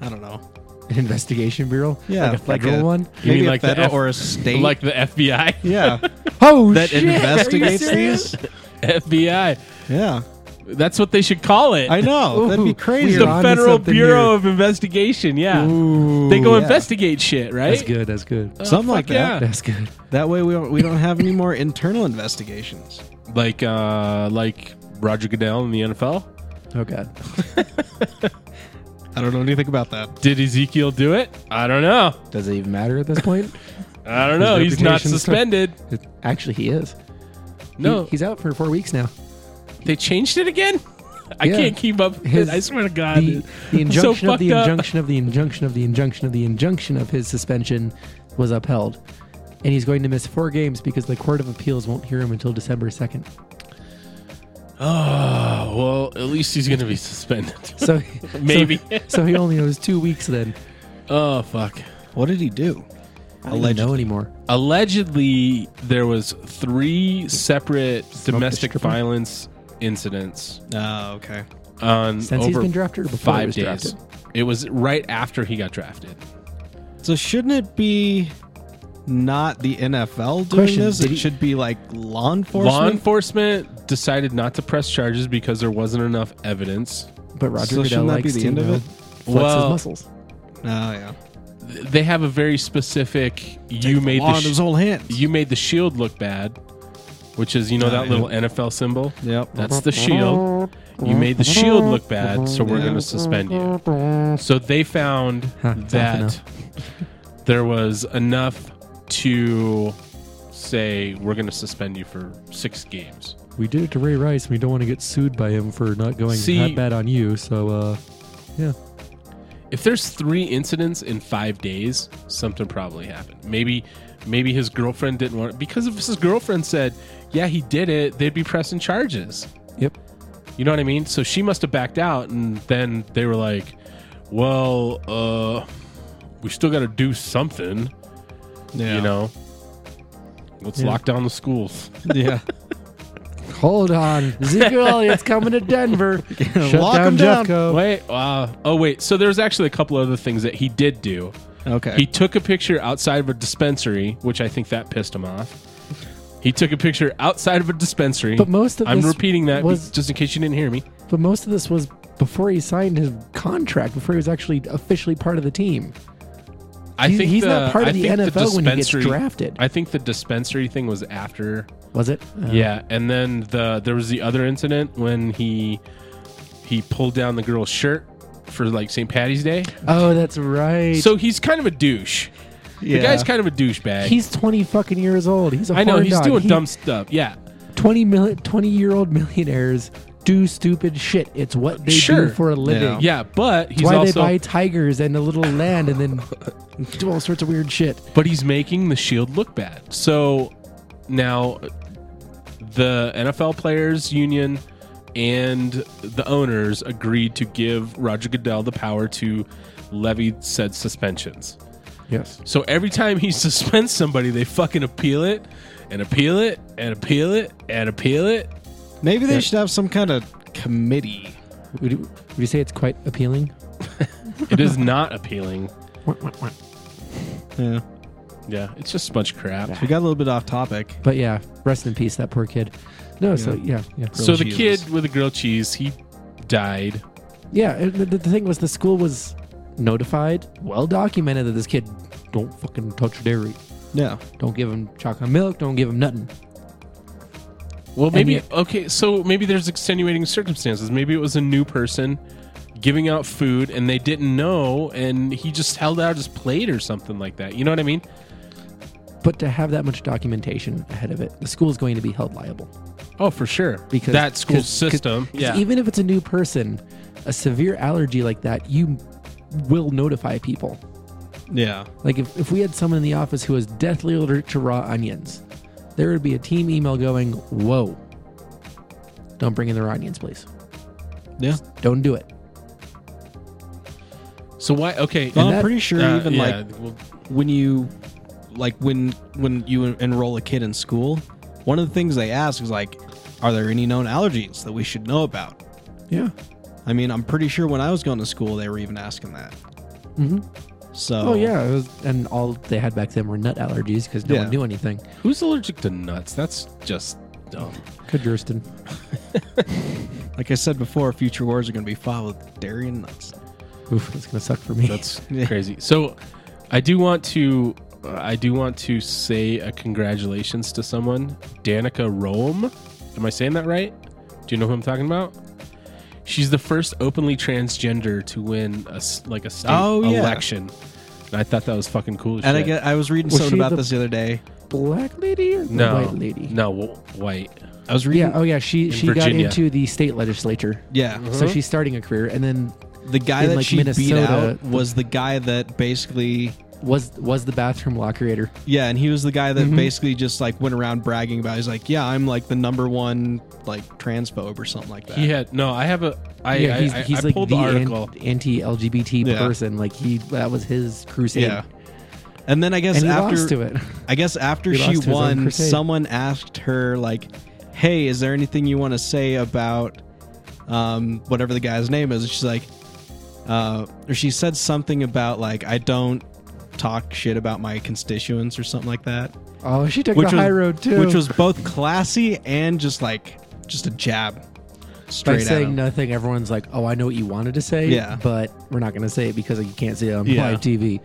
[SPEAKER 2] I don't know.
[SPEAKER 3] An investigation bureau?
[SPEAKER 2] Yeah,
[SPEAKER 3] Like a federal
[SPEAKER 2] like a-
[SPEAKER 3] one?
[SPEAKER 1] You
[SPEAKER 2] Maybe
[SPEAKER 1] mean
[SPEAKER 2] a
[SPEAKER 1] like the
[SPEAKER 2] federal
[SPEAKER 1] F-
[SPEAKER 2] or a state?
[SPEAKER 1] Like the FBI?
[SPEAKER 2] yeah,
[SPEAKER 3] Oh,
[SPEAKER 2] that
[SPEAKER 3] shit.
[SPEAKER 2] investigates these.
[SPEAKER 1] FBI.
[SPEAKER 2] Yeah,
[SPEAKER 1] That's what they should call it.
[SPEAKER 2] I know. That'd be
[SPEAKER 3] Ooh,
[SPEAKER 2] crazy.
[SPEAKER 3] we're
[SPEAKER 1] the
[SPEAKER 3] onto
[SPEAKER 1] Federal
[SPEAKER 3] something
[SPEAKER 1] Bureau
[SPEAKER 3] here.
[SPEAKER 1] of Investigation. Yeah.
[SPEAKER 3] Ooh,
[SPEAKER 1] they go
[SPEAKER 2] yeah.
[SPEAKER 1] investigate shit, right?
[SPEAKER 3] That's good. That's good.
[SPEAKER 1] Oh,
[SPEAKER 2] Something
[SPEAKER 1] fuck
[SPEAKER 2] like that.
[SPEAKER 3] That's good.
[SPEAKER 2] That way we don't, we don't have any more internal investigations.
[SPEAKER 1] yeah. Like uh like Roger Goodell in the NFL.
[SPEAKER 3] Oh, God.
[SPEAKER 2] I don't know anything about that.
[SPEAKER 1] Did Ezekiel do it? I don't know.
[SPEAKER 3] Does it even matter at this point?
[SPEAKER 1] I don't know.
[SPEAKER 3] His
[SPEAKER 1] He's not
[SPEAKER 3] reputation's-
[SPEAKER 1] suspended.
[SPEAKER 3] It- Actually, he is.
[SPEAKER 1] No.
[SPEAKER 3] He- he's out for four weeks now.
[SPEAKER 1] They changed it again? I
[SPEAKER 3] Yeah.
[SPEAKER 1] can't keep up.
[SPEAKER 3] His-
[SPEAKER 1] I swear to God.
[SPEAKER 3] The, the
[SPEAKER 1] I'm so
[SPEAKER 3] injunction of the
[SPEAKER 1] fucked up.
[SPEAKER 3] injunction of the injunction of the injunction of the injunction of his suspension was upheld, and he's going to miss four games because the court of appeals won't hear him until December second.
[SPEAKER 1] Oh, well, at least he's going to be suspended.
[SPEAKER 3] So
[SPEAKER 1] Maybe.
[SPEAKER 3] so, so he only owes two weeks then.
[SPEAKER 1] oh, fuck.
[SPEAKER 2] What did he do?
[SPEAKER 3] I don't even know
[SPEAKER 2] Allegedly.
[SPEAKER 3] anymore.
[SPEAKER 1] Allegedly, there was three separate domestic
[SPEAKER 3] stripper?
[SPEAKER 1] violence incidents
[SPEAKER 2] Oh, okay.
[SPEAKER 1] on
[SPEAKER 3] Since he's
[SPEAKER 1] over
[SPEAKER 3] been drafted or before he
[SPEAKER 1] five
[SPEAKER 3] was
[SPEAKER 1] days.
[SPEAKER 3] drafted.
[SPEAKER 1] It was right after he got drafted.
[SPEAKER 2] So shouldn't it be not the NFL doing
[SPEAKER 3] Question,
[SPEAKER 2] this?
[SPEAKER 3] did
[SPEAKER 2] It
[SPEAKER 3] he-
[SPEAKER 2] should be like law
[SPEAKER 1] Law
[SPEAKER 2] enforcement.
[SPEAKER 1] enforcement decided not to press charges because there wasn't enough evidence.
[SPEAKER 3] But Roger
[SPEAKER 2] So
[SPEAKER 3] Goodell
[SPEAKER 2] shouldn't that be
[SPEAKER 3] likes
[SPEAKER 2] the
[SPEAKER 3] to
[SPEAKER 2] end
[SPEAKER 3] you
[SPEAKER 2] of
[SPEAKER 3] know,
[SPEAKER 2] it?
[SPEAKER 3] flex
[SPEAKER 1] Well,
[SPEAKER 3] his muscles.
[SPEAKER 2] oh yeah.
[SPEAKER 1] Th- They have a very specific. You made
[SPEAKER 2] law
[SPEAKER 1] the
[SPEAKER 2] in
[SPEAKER 1] sh-
[SPEAKER 2] his whole hands.
[SPEAKER 1] you made the shield look bad, which is you know
[SPEAKER 2] Oh,
[SPEAKER 1] that
[SPEAKER 2] yeah.
[SPEAKER 1] little NFL symbol.
[SPEAKER 2] Yep.
[SPEAKER 1] That's the shield. You made the shield look bad, so we're
[SPEAKER 2] Yeah.
[SPEAKER 1] going to suspend you. So they found
[SPEAKER 3] Huh, tough
[SPEAKER 1] that
[SPEAKER 3] enough.
[SPEAKER 1] there was enough to say we're going to suspend you for six games.
[SPEAKER 3] We did it to Ray Rice. and We don't want to get sued by him for not going
[SPEAKER 1] See-
[SPEAKER 3] that bad on you. So, uh, yeah.
[SPEAKER 1] If there's three incidents in five days, something probably happened. Maybe, maybe his girlfriend didn't want it because if his girlfriend said, "Yeah, he did it," they'd be pressing charges.
[SPEAKER 3] Yep.
[SPEAKER 1] You know what I mean? So she must have backed out, and then they were like, "Well, uh, we still got to do something."
[SPEAKER 2] Yeah.
[SPEAKER 1] You know, let's
[SPEAKER 3] Yeah.
[SPEAKER 1] lock down the schools.
[SPEAKER 2] Yeah.
[SPEAKER 3] Hold on. Ezekiel Elliott's coming to Denver. Shut
[SPEAKER 2] Lock him
[SPEAKER 3] down
[SPEAKER 2] down.
[SPEAKER 3] Jeffco.
[SPEAKER 1] Wait, uh, oh wait. So there's actually a couple other things that he did do.
[SPEAKER 2] Okay.
[SPEAKER 1] He took a picture outside of a dispensary, which I think that pissed him off. He took a picture outside of a dispensary.
[SPEAKER 3] But most of
[SPEAKER 1] I'm
[SPEAKER 3] this
[SPEAKER 1] repeating that
[SPEAKER 3] was-
[SPEAKER 1] be- just in case you didn't hear me.
[SPEAKER 3] But most of this was before he signed his contract, before he was actually officially part of the team.
[SPEAKER 1] I
[SPEAKER 3] He-
[SPEAKER 1] think
[SPEAKER 3] he's
[SPEAKER 1] the,
[SPEAKER 3] not part
[SPEAKER 1] I
[SPEAKER 3] of the
[SPEAKER 1] think
[SPEAKER 3] NFL when he gets
[SPEAKER 1] dispensary-
[SPEAKER 3] drafted.
[SPEAKER 1] I think the dispensary thing was after
[SPEAKER 3] Was it? Uh,
[SPEAKER 1] Yeah, and then the there was the other incident when he he pulled down the girl's shirt for like St. Patty's Day.
[SPEAKER 3] Oh, that's right.
[SPEAKER 1] So he's kind of a douche.
[SPEAKER 2] yeah.
[SPEAKER 1] The guy's kind of a douchebag.
[SPEAKER 3] he's 20 fucking years old. He's a
[SPEAKER 1] I know
[SPEAKER 3] horn
[SPEAKER 1] he's
[SPEAKER 3] dog.
[SPEAKER 1] doing
[SPEAKER 3] He-
[SPEAKER 1] dumb stuff. Yeah,
[SPEAKER 3] 20 mil- 20 year old millionaires do stupid shit. It's what they
[SPEAKER 1] Sure.
[SPEAKER 3] do for a living.
[SPEAKER 2] Yeah.
[SPEAKER 1] yeah, but he's
[SPEAKER 3] Oh. Why
[SPEAKER 1] also
[SPEAKER 3] they buy tigers and a little land and then do all sorts of weird shit.
[SPEAKER 1] but he's making the shield look bad. So now the NFL players union and the owners agreed to give Roger Goodell the power to levy said suspensions.
[SPEAKER 3] Yes.
[SPEAKER 1] So every time he suspends somebody, they fucking appeal it and appeal it and appeal it and appeal it.
[SPEAKER 2] Maybe they should have some kind of committee.
[SPEAKER 3] Would you, would you say it's quite appealing?
[SPEAKER 1] It is not appealing.
[SPEAKER 2] Yeah.
[SPEAKER 1] Yeah, it's just a bunch of crap.
[SPEAKER 2] We got a little bit off topic.
[SPEAKER 3] But yeah, rest in peace, that poor kid. No, so yeah, yeah.
[SPEAKER 1] So the
[SPEAKER 2] cheese.
[SPEAKER 1] kid with the grilled cheese, he died.
[SPEAKER 3] Yeah, and the, the thing was the school was notified, well documented that this kid don't fucking touch dairy,
[SPEAKER 2] Yeah.
[SPEAKER 3] don't give him chocolate milk, don't give him nothing.
[SPEAKER 1] Well, maybe
[SPEAKER 3] yet-
[SPEAKER 1] okay. So maybe there's extenuating circumstances. Maybe it was a new person giving out food and they didn't know, and he just held out his plate or something like that. You know what I mean?
[SPEAKER 3] But to have that much documentation ahead of it, the school is going to be held liable
[SPEAKER 1] Oh, for sure.
[SPEAKER 3] because
[SPEAKER 1] that school
[SPEAKER 3] 'cause- 'cause-
[SPEAKER 1] system.
[SPEAKER 3] 'cause
[SPEAKER 1] Yeah.
[SPEAKER 3] even if it's a new person, a severe allergy like that, you will notify people.
[SPEAKER 2] Yeah.
[SPEAKER 3] Like if, if we had someone in the office who was deathly allergic to raw onions, there would be a team email going, Whoa, don't bring in the raw onions, please.
[SPEAKER 2] Yeah.
[SPEAKER 3] Don't do it.
[SPEAKER 1] So why? Okay,
[SPEAKER 2] Well,
[SPEAKER 3] And
[SPEAKER 2] I'm
[SPEAKER 3] that-
[SPEAKER 2] pretty sure
[SPEAKER 1] uh,
[SPEAKER 2] even
[SPEAKER 1] yeah,
[SPEAKER 2] like
[SPEAKER 1] well,
[SPEAKER 2] when you like when when you enroll a kid in school, one of the things they ask is like, are there any known allergies that we should know about?
[SPEAKER 3] Yeah.
[SPEAKER 2] I mean, I'm pretty sure when I was going to school, they were even asking that.
[SPEAKER 3] Mm-hmm.
[SPEAKER 2] So
[SPEAKER 3] Oh, yeah. It was, and all they had back then were nut allergies because no
[SPEAKER 2] Yeah.
[SPEAKER 3] one knew anything.
[SPEAKER 1] who's allergic to nuts? That's just dumb.
[SPEAKER 3] Kudjurston.
[SPEAKER 2] like I said before, future wars are going to be fought with dairy and nuts.
[SPEAKER 3] Oof, that's gonna suck for me.
[SPEAKER 1] That's
[SPEAKER 2] Yeah.
[SPEAKER 1] crazy. So, I do want to, I do want to say a congratulations to someone, Danica Rome. Am I saying that right? Do you know who I'm talking about? She's the first openly transgender to win a s- like a state
[SPEAKER 2] Oh, yeah.
[SPEAKER 1] election. And I thought that was fucking cool. As
[SPEAKER 2] And I
[SPEAKER 1] shit.
[SPEAKER 2] get, I was reading
[SPEAKER 3] Was
[SPEAKER 2] something
[SPEAKER 3] she
[SPEAKER 2] about
[SPEAKER 3] the-
[SPEAKER 2] this the other day.
[SPEAKER 3] black lady or the
[SPEAKER 1] no
[SPEAKER 3] white lady?
[SPEAKER 1] no w- white.
[SPEAKER 2] I was reading,
[SPEAKER 3] Yeah. Oh yeah. She she
[SPEAKER 1] Virginia.
[SPEAKER 3] got into the state legislature,
[SPEAKER 2] yeah,
[SPEAKER 3] so she's starting a career, and then
[SPEAKER 2] the guy
[SPEAKER 3] Mm-hmm. In,
[SPEAKER 2] that
[SPEAKER 3] like,
[SPEAKER 2] she beat
[SPEAKER 3] Minnesota,
[SPEAKER 2] out
[SPEAKER 3] the-
[SPEAKER 2] was the guy that basically,
[SPEAKER 3] was was the bathroom law creator.
[SPEAKER 2] yeah, and he was the guy that
[SPEAKER 3] Mm-hmm.
[SPEAKER 2] basically just like went around bragging about. He's like, yeah, I'm like the number one like transphobe or something like that.
[SPEAKER 1] He had no. I have a. I
[SPEAKER 3] yeah, he's,
[SPEAKER 1] I,
[SPEAKER 3] he's
[SPEAKER 1] I, I
[SPEAKER 3] like
[SPEAKER 1] pulled
[SPEAKER 3] the
[SPEAKER 1] the article.
[SPEAKER 3] anti LGBT
[SPEAKER 2] Yeah.
[SPEAKER 3] person. Like he that was his crusade.
[SPEAKER 2] yeah. And then I guess
[SPEAKER 3] And he
[SPEAKER 2] after
[SPEAKER 3] lost to it.
[SPEAKER 2] I guess after
[SPEAKER 3] He
[SPEAKER 2] she
[SPEAKER 3] lost his own
[SPEAKER 2] won,
[SPEAKER 3] crusade.
[SPEAKER 2] someone asked her like, "Hey, is there anything you want to say about um, whatever the guy's name is?" And she's like, uh, or she said something about like, "I don't talk shit about my constituents" or something like that,
[SPEAKER 3] Oh, she took the high road too.
[SPEAKER 2] which was both classy and just like just a jab
[SPEAKER 3] by
[SPEAKER 2] straight at
[SPEAKER 3] saying
[SPEAKER 2] him.
[SPEAKER 3] nothing. Everyone's like, "Oh, I know what you wanted to say,
[SPEAKER 2] Yeah.
[SPEAKER 3] but we're not gonna say it because you can't see it on
[SPEAKER 2] Yeah.
[SPEAKER 3] live TV."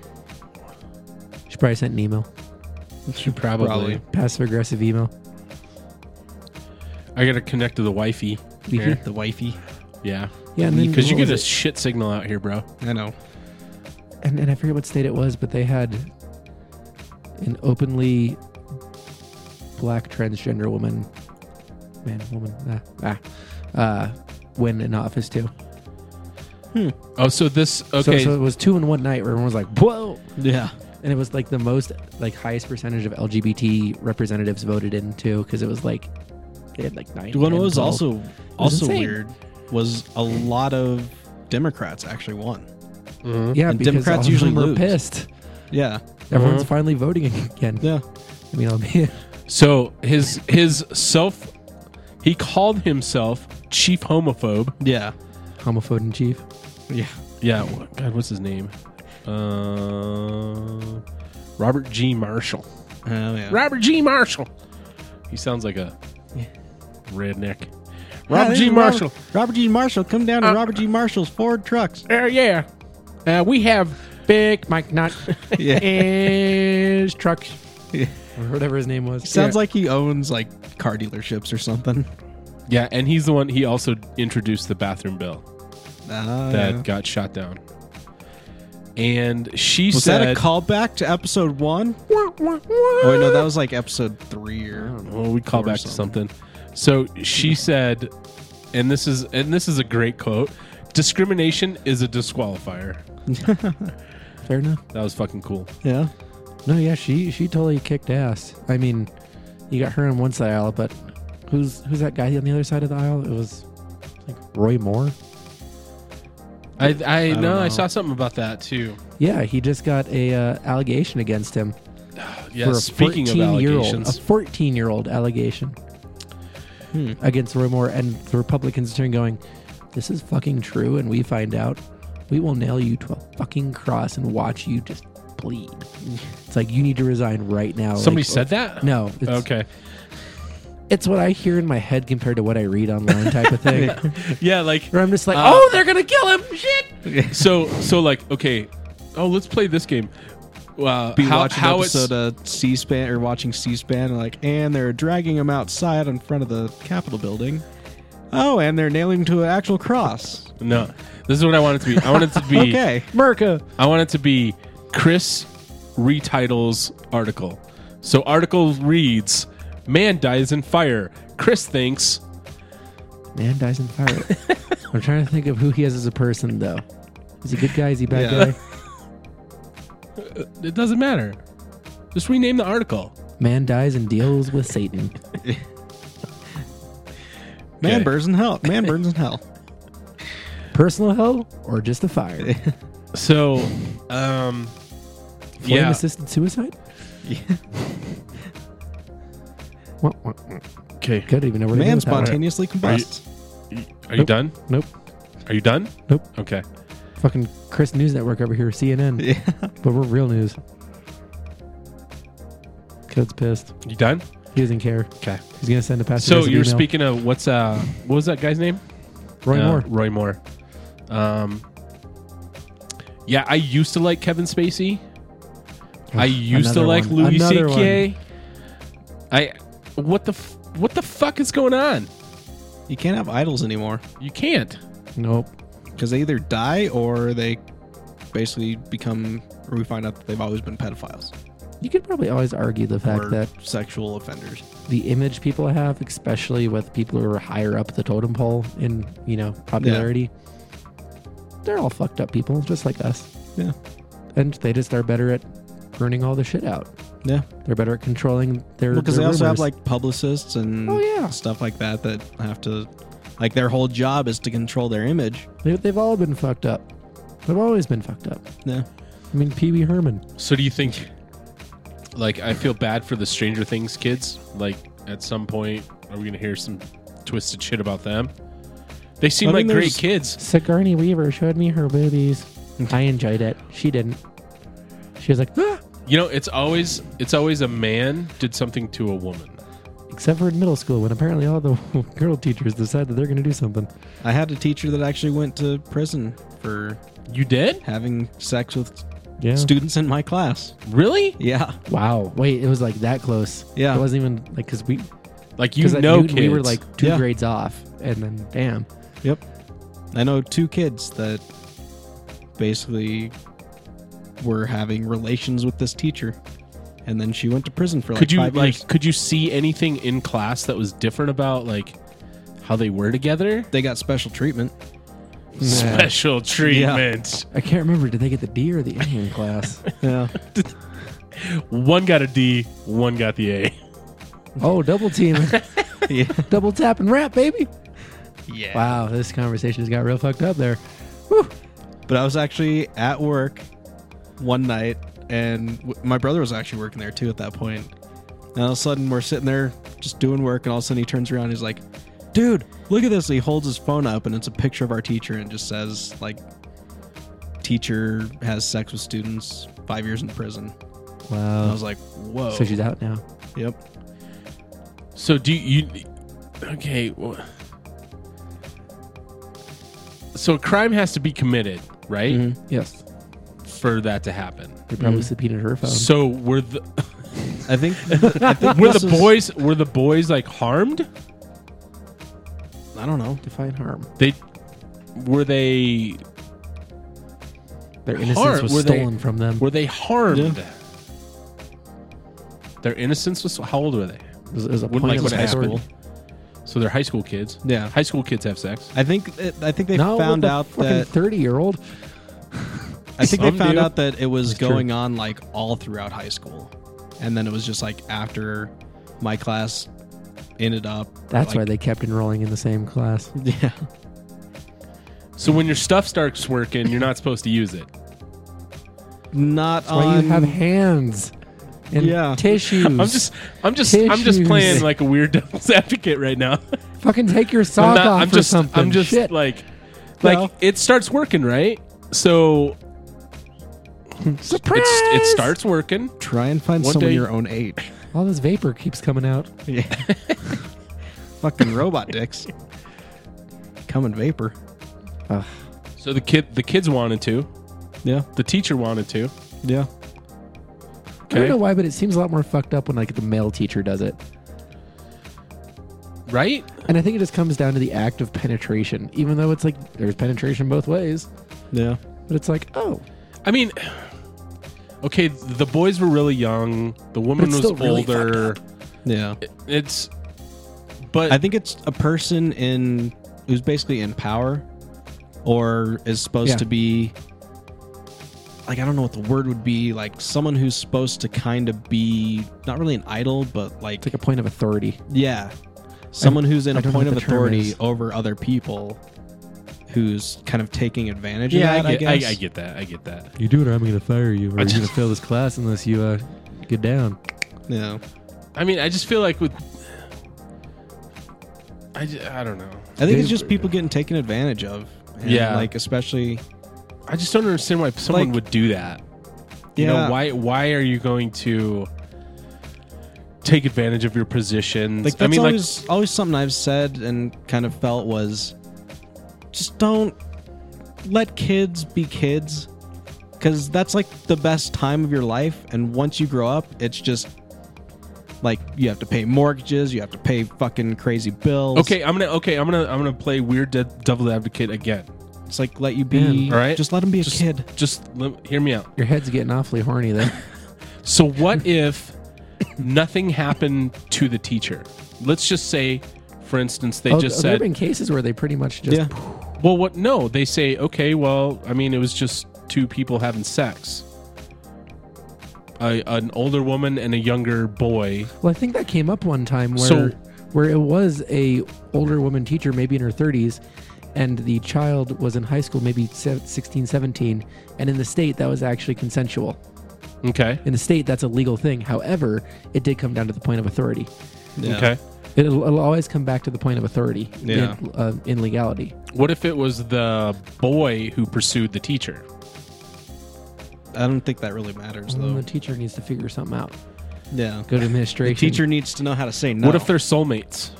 [SPEAKER 3] She probably sent an email,
[SPEAKER 1] She probably.
[SPEAKER 2] Probably.
[SPEAKER 3] passive aggressive email.
[SPEAKER 1] I gotta connect to the wifey.
[SPEAKER 3] Wifey?
[SPEAKER 1] here.
[SPEAKER 2] The wifey,
[SPEAKER 1] Yeah.
[SPEAKER 3] Yeah, and then
[SPEAKER 1] Because you
[SPEAKER 3] what
[SPEAKER 1] get a
[SPEAKER 3] was it?
[SPEAKER 1] shit signal out here, bro.
[SPEAKER 2] I know.
[SPEAKER 3] and, and I forget what state it was, but they had an openly black transgender woman, man, woman, ah, ah, uh, win in office too.
[SPEAKER 1] Oh, so this
[SPEAKER 3] So-
[SPEAKER 1] okay.
[SPEAKER 3] So, it was two in one night where everyone was like, whoa.
[SPEAKER 2] Yeah,
[SPEAKER 3] And it was like the most, like highest percentage of LGBT representatives voted in too, because it was like, they had like nine.
[SPEAKER 2] What
[SPEAKER 3] 10,
[SPEAKER 2] was
[SPEAKER 3] 12.
[SPEAKER 2] also also
[SPEAKER 3] insane.
[SPEAKER 2] weird was a lot of Democrats actually won.
[SPEAKER 1] Mhm.
[SPEAKER 3] yeah,
[SPEAKER 2] and
[SPEAKER 3] because
[SPEAKER 2] Democrats
[SPEAKER 3] all of
[SPEAKER 2] usually
[SPEAKER 3] them were
[SPEAKER 2] lose.
[SPEAKER 3] pissed.
[SPEAKER 2] Yeah,
[SPEAKER 3] Everyone's finally voting again.
[SPEAKER 2] yeah.
[SPEAKER 3] I mean, I'll be,
[SPEAKER 1] So his his self, he called himself chief homophobe.
[SPEAKER 2] Yeah.
[SPEAKER 3] homophobe in chief.
[SPEAKER 2] Yeah.
[SPEAKER 1] Yeah. wh- God, what's his name? Uh, Robert G. Marshall.
[SPEAKER 2] Oh, yeah.
[SPEAKER 1] Robert G. Marshall. He sounds like a redneck.
[SPEAKER 2] Yeah,
[SPEAKER 1] Robert
[SPEAKER 2] this
[SPEAKER 1] G.
[SPEAKER 2] is
[SPEAKER 1] Marshall.
[SPEAKER 2] Robert, Robert G. Marshall, come down to Robert G. Marshall's Ford trucks.
[SPEAKER 1] Uh, yeah. Uh, we have big
[SPEAKER 3] Mike Knott
[SPEAKER 2] Yeah.
[SPEAKER 3] is truck.
[SPEAKER 2] Yeah.
[SPEAKER 3] Or whatever his name was.
[SPEAKER 2] Sounds like he owns like car dealerships or something.
[SPEAKER 1] Yeah, and he's the one. He also introduced the bathroom bill
[SPEAKER 2] Uh,
[SPEAKER 1] that got shot down. And she
[SPEAKER 2] Was
[SPEAKER 1] said,
[SPEAKER 2] that a callback to episode one? Oh, wait, no, that was like episode three or.
[SPEAKER 1] "Well, we call
[SPEAKER 2] Or
[SPEAKER 1] back to something." So she said, and this is and this is a great quote: "Discrimination is a disqualifier."
[SPEAKER 3] Fair enough.
[SPEAKER 1] That was fucking cool.
[SPEAKER 2] Yeah.
[SPEAKER 3] No, yeah, she she totally kicked ass. I mean, you got her on one side of the aisle, but who's who's that guy on the other side of the aisle? It was like Roy Moore.
[SPEAKER 1] I I,
[SPEAKER 2] don't
[SPEAKER 1] know, I
[SPEAKER 2] know.
[SPEAKER 1] saw something about that too.
[SPEAKER 3] Yeah, he just got a uh, allegation against him
[SPEAKER 1] Yeah,
[SPEAKER 3] for a
[SPEAKER 1] speaking of
[SPEAKER 3] 14 year old, a
[SPEAKER 1] allegations,
[SPEAKER 3] fourteen year old allegation
[SPEAKER 2] Hmm.
[SPEAKER 3] against Roy Moore, and the Republicans turn going, "This is fucking true," and we find out, we will nail you to a fucking cross and watch you just bleed. it's like you need to resign right now.
[SPEAKER 1] somebody
[SPEAKER 3] Like,
[SPEAKER 1] said that.
[SPEAKER 3] No, it's,
[SPEAKER 1] Okay.
[SPEAKER 3] it's what I hear in my head compared to what I read online, type of thing.
[SPEAKER 1] Yeah, like
[SPEAKER 3] Where I'm just like,
[SPEAKER 1] Uh,
[SPEAKER 3] oh, they're gonna kill him. Shit.
[SPEAKER 1] so so like okay. Oh, let's play this game. Uh,
[SPEAKER 2] Be
[SPEAKER 1] how
[SPEAKER 2] watching
[SPEAKER 1] how it's
[SPEAKER 2] episode of C SPAN or watching C SPAN and like, and they're dragging him outside in front of the Capitol building. Oh, and they're nailing him to an actual cross.
[SPEAKER 1] No, this is what I want it to be. I want it to be.
[SPEAKER 2] Okay.
[SPEAKER 3] Merca.
[SPEAKER 1] I want it to be Chris retitles article. So article reads: Man dies in fire. Chris thinks
[SPEAKER 3] man dies in a fire. I'm trying to think of who he is as a person, though. Is he a good guy? Is he a bad
[SPEAKER 2] Yeah.
[SPEAKER 3] guy?
[SPEAKER 1] It doesn't matter. Just rename the article.
[SPEAKER 3] Man dies and deals with Satan.
[SPEAKER 2] Man
[SPEAKER 1] Okay.
[SPEAKER 2] burns in hell. Man burns in hell.
[SPEAKER 3] Personal hell or just a fire?
[SPEAKER 1] So, um,
[SPEAKER 3] Flame
[SPEAKER 1] yeah.
[SPEAKER 3] assisted suicide?
[SPEAKER 2] Yeah.
[SPEAKER 3] Wah, wah, wah.
[SPEAKER 1] Okay.
[SPEAKER 3] Couldn't even know where to go
[SPEAKER 2] Man
[SPEAKER 3] with that one.
[SPEAKER 2] spontaneously combusts.
[SPEAKER 1] Are you
[SPEAKER 3] Nope.
[SPEAKER 1] done?
[SPEAKER 3] Nope.
[SPEAKER 1] Are you done?
[SPEAKER 3] Nope.
[SPEAKER 1] Okay.
[SPEAKER 3] Fucking Chris News Network over here, CNN.
[SPEAKER 2] Yeah.
[SPEAKER 3] But we're real news. Code's pissed.
[SPEAKER 1] You done?
[SPEAKER 3] He doesn't care.
[SPEAKER 1] Okay.
[SPEAKER 3] He's gonna send a passive.
[SPEAKER 1] So
[SPEAKER 3] aggressive
[SPEAKER 1] you're
[SPEAKER 3] email.
[SPEAKER 1] speaking of what's uh what was that guy's name?
[SPEAKER 3] Roy
[SPEAKER 1] Uh,
[SPEAKER 3] Moore.
[SPEAKER 1] Roy Moore. Um. Yeah, I used to like Kevin Spacey. I used to
[SPEAKER 3] another
[SPEAKER 1] like
[SPEAKER 3] one.
[SPEAKER 1] Louis
[SPEAKER 3] Another
[SPEAKER 1] C.K. I what the f- what the fuck is going on?
[SPEAKER 2] You can't have idols anymore
[SPEAKER 1] You can't.
[SPEAKER 3] Nope.
[SPEAKER 2] because they either die or they basically become. Or we find out that they've always been pedophiles
[SPEAKER 3] You could probably always argue the fact
[SPEAKER 2] or
[SPEAKER 3] that
[SPEAKER 2] sexual offenders.
[SPEAKER 3] the image people have, especially with people who are higher up the totem pole in you know popularity, they're all fucked up people, just like us.
[SPEAKER 2] Yeah.
[SPEAKER 3] and they just are better at burning all the shit out.
[SPEAKER 2] Yeah,
[SPEAKER 3] They're better at controlling their
[SPEAKER 2] because
[SPEAKER 3] their
[SPEAKER 2] they also have
[SPEAKER 3] rumors.
[SPEAKER 2] like publicists and
[SPEAKER 3] Oh, yeah.
[SPEAKER 2] stuff like that that have to, like, their whole job is to control their image.
[SPEAKER 3] They- they've all been fucked up. They've always been fucked up.
[SPEAKER 2] Yeah,
[SPEAKER 3] I mean, Pee Wee Herman.
[SPEAKER 1] So do you think? Like, I feel bad for the Stranger Things kids. Like, at some point, are we gonna hear some twisted shit about them? They seem
[SPEAKER 2] I mean,
[SPEAKER 1] like great
[SPEAKER 2] there's-
[SPEAKER 1] kids.
[SPEAKER 3] Sigourney Weaver showed me her boobies. I enjoyed it. She didn't. She was like, ah!
[SPEAKER 1] You know, it's always it's always a man did something to a woman.
[SPEAKER 3] except for in middle school when apparently all the girl teachers decide that they're going to do something.
[SPEAKER 2] I had a teacher that actually went to prison for
[SPEAKER 1] You did?
[SPEAKER 2] having sex with
[SPEAKER 3] Yeah.
[SPEAKER 2] students in my class.
[SPEAKER 1] Really?
[SPEAKER 2] Yeah,
[SPEAKER 3] wow. Wait, it was like that close.
[SPEAKER 2] Yeah.
[SPEAKER 3] It wasn't even like because we
[SPEAKER 1] Like you
[SPEAKER 3] because
[SPEAKER 1] know, kids.
[SPEAKER 3] we were like two
[SPEAKER 2] Yeah.
[SPEAKER 3] grades off, and then damn,
[SPEAKER 2] Yep. I know two kids that basically were having relations with this teacher. And then she went to prison for like
[SPEAKER 1] could you
[SPEAKER 2] five
[SPEAKER 1] like
[SPEAKER 2] years.
[SPEAKER 1] could you see anything in class that was different about like how they were together?
[SPEAKER 2] They got special treatment.
[SPEAKER 1] Special treatment.
[SPEAKER 3] I can't remember. Did they get the D or the A in class?
[SPEAKER 2] Yeah.
[SPEAKER 1] One got a D, one got the A.
[SPEAKER 3] oh, double team,
[SPEAKER 2] yeah.
[SPEAKER 3] double tap and rap, baby.
[SPEAKER 2] Yeah.
[SPEAKER 3] Wow, this conversation has got real fucked up there.
[SPEAKER 2] But I was actually at work one night, and w- my brother was actually working there too at that point. And all of a sudden, we're sitting there just doing work, and all of a sudden he turns around and he's like, Dude, look at this. And he holds his phone up, and it's a picture of our teacher, and just says, like, teacher has sex with students, five years in prison. And I
[SPEAKER 3] Wow.
[SPEAKER 2] was like, Whoa.
[SPEAKER 3] So she's out now.
[SPEAKER 2] Yep.
[SPEAKER 1] So do you? you- Okay. wh- So a crime has to be committed, right,
[SPEAKER 3] Mm-hmm. Yes.
[SPEAKER 1] for that to happen.
[SPEAKER 3] They probably subpoenaed her phone.
[SPEAKER 1] Mm-hmm. So were the
[SPEAKER 2] I think,
[SPEAKER 1] were
[SPEAKER 2] this
[SPEAKER 1] the
[SPEAKER 2] is-
[SPEAKER 1] boys were the boys like harmed?
[SPEAKER 2] I don't know.
[SPEAKER 3] Define harm.
[SPEAKER 1] They were they
[SPEAKER 3] Their innocence
[SPEAKER 1] Harm?
[SPEAKER 3] was
[SPEAKER 1] Were they-
[SPEAKER 3] stolen from them.
[SPEAKER 1] were they harmed? Their innocence was how old were they?
[SPEAKER 3] It was, it was a
[SPEAKER 1] Wouldn't
[SPEAKER 3] point
[SPEAKER 1] like
[SPEAKER 3] of
[SPEAKER 1] when high
[SPEAKER 3] authority.
[SPEAKER 1] school. So they're high school kids.
[SPEAKER 2] Yeah.
[SPEAKER 1] High school kids have sex.
[SPEAKER 2] I think it, I think they
[SPEAKER 3] No,
[SPEAKER 2] found
[SPEAKER 3] what the
[SPEAKER 2] out
[SPEAKER 3] fucking
[SPEAKER 2] that
[SPEAKER 3] thirty-year-old.
[SPEAKER 2] I think they
[SPEAKER 1] Some
[SPEAKER 2] found
[SPEAKER 1] do.
[SPEAKER 2] out that it was
[SPEAKER 3] That's
[SPEAKER 2] going on like all throughout high school, and then it was just like after my class ended up.
[SPEAKER 3] That's why
[SPEAKER 2] like,
[SPEAKER 3] they kept enrolling in the same class.
[SPEAKER 2] Yeah,
[SPEAKER 1] So when your stuff starts working, you're not supposed to use it.
[SPEAKER 2] not
[SPEAKER 3] That's why
[SPEAKER 2] on.
[SPEAKER 3] you have hands and
[SPEAKER 2] Yeah.
[SPEAKER 3] tissues.
[SPEAKER 1] I'm just, I'm just, I'm just
[SPEAKER 3] Tissues.
[SPEAKER 1] playing like a weird devil's advocate right now.
[SPEAKER 3] fucking take your sock
[SPEAKER 1] I'm not.
[SPEAKER 3] off
[SPEAKER 1] I'm
[SPEAKER 3] or
[SPEAKER 1] just,
[SPEAKER 3] something.
[SPEAKER 1] I'm just
[SPEAKER 3] Shit.
[SPEAKER 1] like, like
[SPEAKER 2] Well.
[SPEAKER 1] it starts working right. So
[SPEAKER 3] Surprise!
[SPEAKER 1] it's, it starts working.
[SPEAKER 2] try and find
[SPEAKER 1] One
[SPEAKER 2] someone
[SPEAKER 1] day-
[SPEAKER 2] your own age.
[SPEAKER 3] All this vapor keeps coming out.
[SPEAKER 2] Yeah. Fucking robot dicks. Coming vapor.
[SPEAKER 1] So the kid, the kids wanted to,
[SPEAKER 2] Yeah,
[SPEAKER 1] the teacher wanted to.
[SPEAKER 2] yeah.
[SPEAKER 3] I don't
[SPEAKER 1] Okay.
[SPEAKER 3] know why, but it seems a lot more fucked up when like the male teacher does it.
[SPEAKER 1] Right?
[SPEAKER 3] And I think it just comes down to the act of penetration. Even though it's like there's penetration both ways,
[SPEAKER 2] Yeah.
[SPEAKER 3] but it's like oh,
[SPEAKER 1] I mean, okay, the boys were really young. The woman
[SPEAKER 3] it's
[SPEAKER 1] was
[SPEAKER 3] still really
[SPEAKER 1] older.
[SPEAKER 2] Yeah.
[SPEAKER 1] it's, but
[SPEAKER 2] I think it's a person in who's basically in power or is supposed
[SPEAKER 3] Yeah.
[SPEAKER 2] to be like I don't know what the word would be, like someone who's supposed to kind of be not really an idol, but like
[SPEAKER 3] It's like a point of authority.
[SPEAKER 2] yeah, someone who's in
[SPEAKER 3] I
[SPEAKER 2] a
[SPEAKER 3] don't know
[SPEAKER 2] point of
[SPEAKER 3] what the term
[SPEAKER 2] authority
[SPEAKER 3] is.
[SPEAKER 2] over other people who's kind of taking advantage of that, I,
[SPEAKER 1] I,
[SPEAKER 2] guess.
[SPEAKER 1] I get that. I get that.
[SPEAKER 3] You do it, or I'm going to fire you, or
[SPEAKER 1] you're gonna
[SPEAKER 3] fail this class unless you uh, get down.
[SPEAKER 2] Yeah.
[SPEAKER 1] I mean, I just feel like with. I, ju- I don't know.
[SPEAKER 2] I think it's
[SPEAKER 3] They-
[SPEAKER 2] just people getting taken advantage of. And,
[SPEAKER 1] Yeah.
[SPEAKER 2] Like especially
[SPEAKER 1] I just don't understand why someone
[SPEAKER 2] Like-
[SPEAKER 1] would do that. You
[SPEAKER 2] yeah,
[SPEAKER 1] know, why why are you going to take advantage of your positions?
[SPEAKER 2] like that's
[SPEAKER 1] I mean, like
[SPEAKER 2] always always something I've said and kind of felt was just don't let kids be kids because that's like the best time of your life and once you grow up it's just like you have to pay mortgages you have to pay fucking crazy bills
[SPEAKER 1] okay, I'm gonna okay, I'm gonna I'm gonna play weird de- devil advocate again.
[SPEAKER 2] it's like let you be
[SPEAKER 3] Man,
[SPEAKER 1] all right.
[SPEAKER 2] just let them be a
[SPEAKER 1] Just-
[SPEAKER 2] kid
[SPEAKER 1] Just lem- hear me out.
[SPEAKER 3] Your head's getting awfully horny there.
[SPEAKER 1] So what if nothing happened to the teacher? Let's just say, for instance, they
[SPEAKER 3] oh,
[SPEAKER 1] just
[SPEAKER 3] there have
[SPEAKER 1] said,
[SPEAKER 3] been cases where they pretty much just
[SPEAKER 2] yeah
[SPEAKER 1] "Well, what? No." They say, "Okay, well, I mean, it was just two people having sex." A, an older woman and a younger boy.
[SPEAKER 3] Well, I think that came up one time where
[SPEAKER 1] So-
[SPEAKER 3] where it was a older woman teacher, maybe in her 30s, and the child was in high school, maybe se- 16, 17, and in the state that was actually consensual.
[SPEAKER 1] Okay.
[SPEAKER 3] In the state, that's a legal thing. However, it did come down to the point of authority.
[SPEAKER 2] Yeah.
[SPEAKER 1] Okay.
[SPEAKER 3] It'll, it'll always come back to the point of authority
[SPEAKER 2] Yeah.
[SPEAKER 3] in, uh, in legality.
[SPEAKER 1] What if it was the boy who pursued the teacher?
[SPEAKER 2] i don't think that really matters
[SPEAKER 3] Well,
[SPEAKER 2] though
[SPEAKER 3] the teacher needs to figure something out.
[SPEAKER 2] yeah
[SPEAKER 3] Go to
[SPEAKER 2] the
[SPEAKER 3] administration.
[SPEAKER 2] teacher needs to know how to say no
[SPEAKER 1] What if they're soulmates?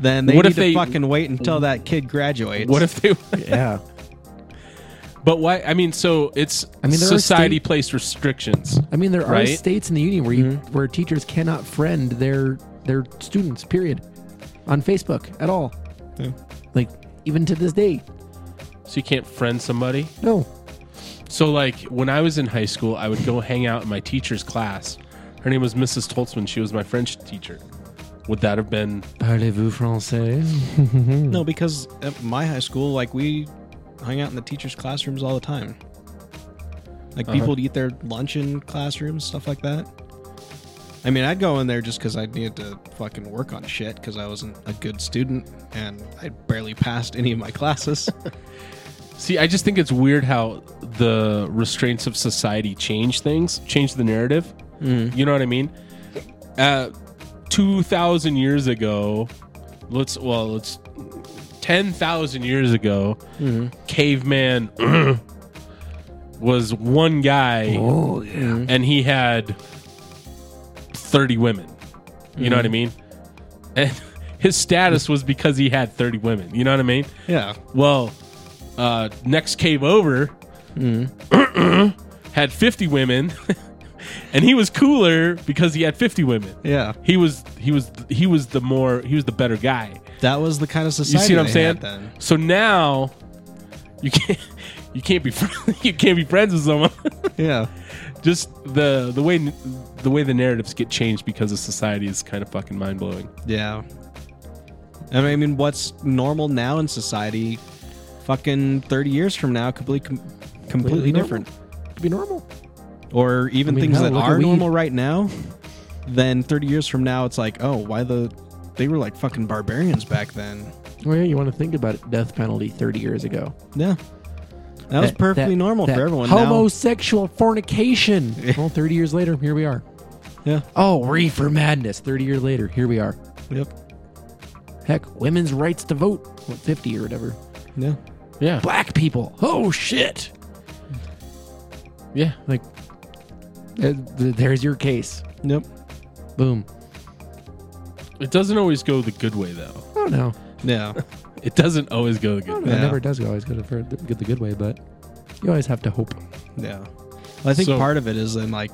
[SPEAKER 2] then they
[SPEAKER 1] what
[SPEAKER 2] need
[SPEAKER 1] if
[SPEAKER 2] to
[SPEAKER 1] they-
[SPEAKER 2] fucking wait until that kid graduates
[SPEAKER 1] What if they?
[SPEAKER 3] Yeah.
[SPEAKER 1] But why? I mean, so it's
[SPEAKER 3] I mean, there are
[SPEAKER 1] society
[SPEAKER 3] state-
[SPEAKER 1] placed restrictions.
[SPEAKER 3] I mean, there are
[SPEAKER 1] Right?
[SPEAKER 3] states in the union where you,
[SPEAKER 2] Mm-hmm.
[SPEAKER 3] where teachers cannot friend their their students. Period. On Facebook at all.
[SPEAKER 2] Yeah.
[SPEAKER 3] Like even to this day,
[SPEAKER 1] So you can't friend somebody.
[SPEAKER 3] no.
[SPEAKER 1] So like when I was in high school, I would go hang out in my teacher's class. Her name was Mrs. Toltzman. She was my French teacher. Would that have been?
[SPEAKER 3] Parlez-vous français?
[SPEAKER 2] No, because at my high school, like we hung out in the teachers' classrooms all the time. Like
[SPEAKER 1] Uh-huh.
[SPEAKER 2] people would eat their lunch in classrooms, stuff like that. I mean, I'd go in there just because I needed to fucking work on shit because I wasn't a good student and I barely passed any of my classes.
[SPEAKER 1] See, I just think it's weird how the restraints of society change things, change the narrative.
[SPEAKER 3] Mm.
[SPEAKER 1] You know what I mean? Uh, two thousand years ago, let's well, let's ten thousand years ago,
[SPEAKER 3] Mm-hmm.
[SPEAKER 1] caveman was one guy,
[SPEAKER 3] Oh yeah.
[SPEAKER 1] and he had thirty women. You know what I
[SPEAKER 3] Mm-hmm.
[SPEAKER 1] mean? And his status was because he had thirty women. You know what I mean?
[SPEAKER 2] yeah.
[SPEAKER 1] Well, uh, next cave over
[SPEAKER 2] Mm.
[SPEAKER 1] had 50 women, and he was cooler because he had 50 women.
[SPEAKER 2] Yeah.
[SPEAKER 1] He was he was he was the more he was the better guy.
[SPEAKER 2] That was the kind of
[SPEAKER 1] You
[SPEAKER 2] society
[SPEAKER 1] see what I'm
[SPEAKER 2] they
[SPEAKER 1] saying?
[SPEAKER 2] had then.
[SPEAKER 1] So now you can't you can't be fr- you can't be friends with someone.
[SPEAKER 2] Yeah.
[SPEAKER 1] Just the the way the way the narratives get changed because of society is kind of fucking mind blowing.
[SPEAKER 2] Yeah. I mean, I mean, what's normal now in society, fucking 30 years from now, completely, completely
[SPEAKER 3] normal.
[SPEAKER 2] different.
[SPEAKER 3] Be normal.
[SPEAKER 2] or even
[SPEAKER 3] I mean,
[SPEAKER 2] things
[SPEAKER 3] hell,
[SPEAKER 2] that
[SPEAKER 3] look at
[SPEAKER 2] are
[SPEAKER 3] weed.
[SPEAKER 2] normal right now, then 30 years from now, it's like, oh, why the. They were like fucking barbarians back then.
[SPEAKER 3] Well, Oh, yeah. You want to think about it. Death penalty 30 years ago.
[SPEAKER 2] Yeah. That was perfectly
[SPEAKER 3] that-
[SPEAKER 2] normal
[SPEAKER 3] that
[SPEAKER 2] for everyone. now,
[SPEAKER 3] Homosexual fornication. well, 30 years later, here we are.
[SPEAKER 2] yeah.
[SPEAKER 3] Oh, reefer madness. 30 years later, here we are.
[SPEAKER 2] Yep.
[SPEAKER 3] Heck, women's rights to vote. What, 50 or whatever.
[SPEAKER 2] Yeah.
[SPEAKER 1] Yeah,
[SPEAKER 3] Black people. Oh, shit.
[SPEAKER 1] yeah.
[SPEAKER 3] Like, th- th- there's your case.
[SPEAKER 2] Yep.
[SPEAKER 3] Boom.
[SPEAKER 1] It doesn't always go the good way though.
[SPEAKER 3] I don't know.
[SPEAKER 2] Yeah.
[SPEAKER 1] It doesn't always go the
[SPEAKER 3] I
[SPEAKER 1] good
[SPEAKER 3] don't
[SPEAKER 1] way.
[SPEAKER 3] know. It
[SPEAKER 2] Yeah.
[SPEAKER 3] never does go always go the, fir- get the good way, but you always have to hope.
[SPEAKER 2] Yeah. Well, I think
[SPEAKER 1] So-
[SPEAKER 2] part of it is in like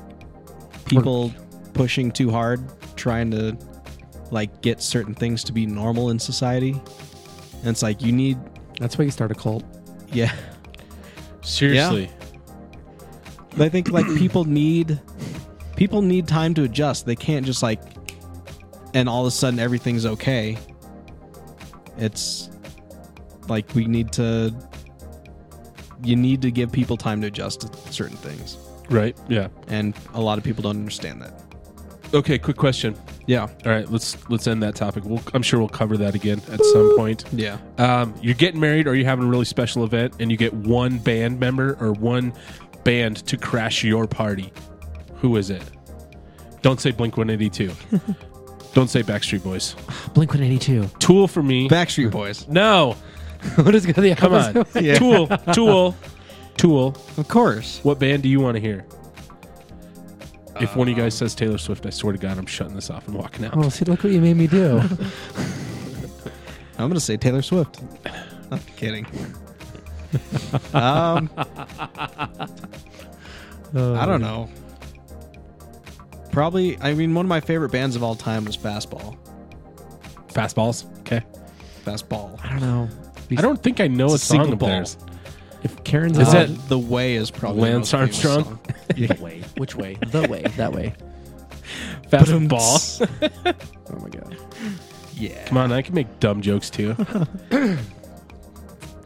[SPEAKER 2] people pushing too hard, trying to like get certain things to be normal in society. And it's like, you need.
[SPEAKER 3] That's why you start a cult.
[SPEAKER 2] Yeah.
[SPEAKER 1] Seriously.
[SPEAKER 2] But I think like people need people need time to adjust. They can't just like and all of a sudden everything's okay. It's like we need to. You need to give people time to adjust to certain things,
[SPEAKER 1] Right. Yeah.
[SPEAKER 2] and a lot of people don't understand that.
[SPEAKER 1] Okay. Quick question.
[SPEAKER 2] Yeah,
[SPEAKER 1] All right. Let's let's end that topic. We'll, I'm sure we'll cover that again at some point.
[SPEAKER 2] yeah.
[SPEAKER 1] Um, you're getting married, or you're having a really special event, and you get one band member or one band to crash your party. Who is it? Don't say Blink 182. Don't say Backstreet Boys.
[SPEAKER 3] Blink 182.
[SPEAKER 1] Tool for me.
[SPEAKER 2] Backstreet Boys.
[SPEAKER 1] no.
[SPEAKER 3] what is going to the
[SPEAKER 1] Come on.
[SPEAKER 3] opposite?
[SPEAKER 2] Yeah.
[SPEAKER 1] Tool. Tool. Tool.
[SPEAKER 2] Of course.
[SPEAKER 1] What band do you want to hear? If one of you guys says Taylor Swift, I swear to God, I'm shutting this off and walking out.
[SPEAKER 3] Oh, see, look what you made me do.
[SPEAKER 2] I'm gonna say Taylor Swift. Not kidding. um,
[SPEAKER 3] Uh,
[SPEAKER 2] I don't know. Probably. I mean, one of my favorite bands of all time was Fastball.
[SPEAKER 1] Fastballs. Okay.
[SPEAKER 2] Fastball.
[SPEAKER 3] I don't know.
[SPEAKER 1] I don't think I know a
[SPEAKER 2] It's a single
[SPEAKER 1] song of
[SPEAKER 2] ball.
[SPEAKER 1] theirs.
[SPEAKER 3] If Karen's
[SPEAKER 1] Is
[SPEAKER 3] out,
[SPEAKER 1] that-
[SPEAKER 2] Uh, the way is probably
[SPEAKER 1] Lance
[SPEAKER 2] the most famous
[SPEAKER 1] Armstrong?
[SPEAKER 2] song.
[SPEAKER 3] way? Which way? The way. That way.
[SPEAKER 1] Fastball.
[SPEAKER 3] Oh my god.
[SPEAKER 2] Yeah.
[SPEAKER 1] Come on, I can make dumb jokes too.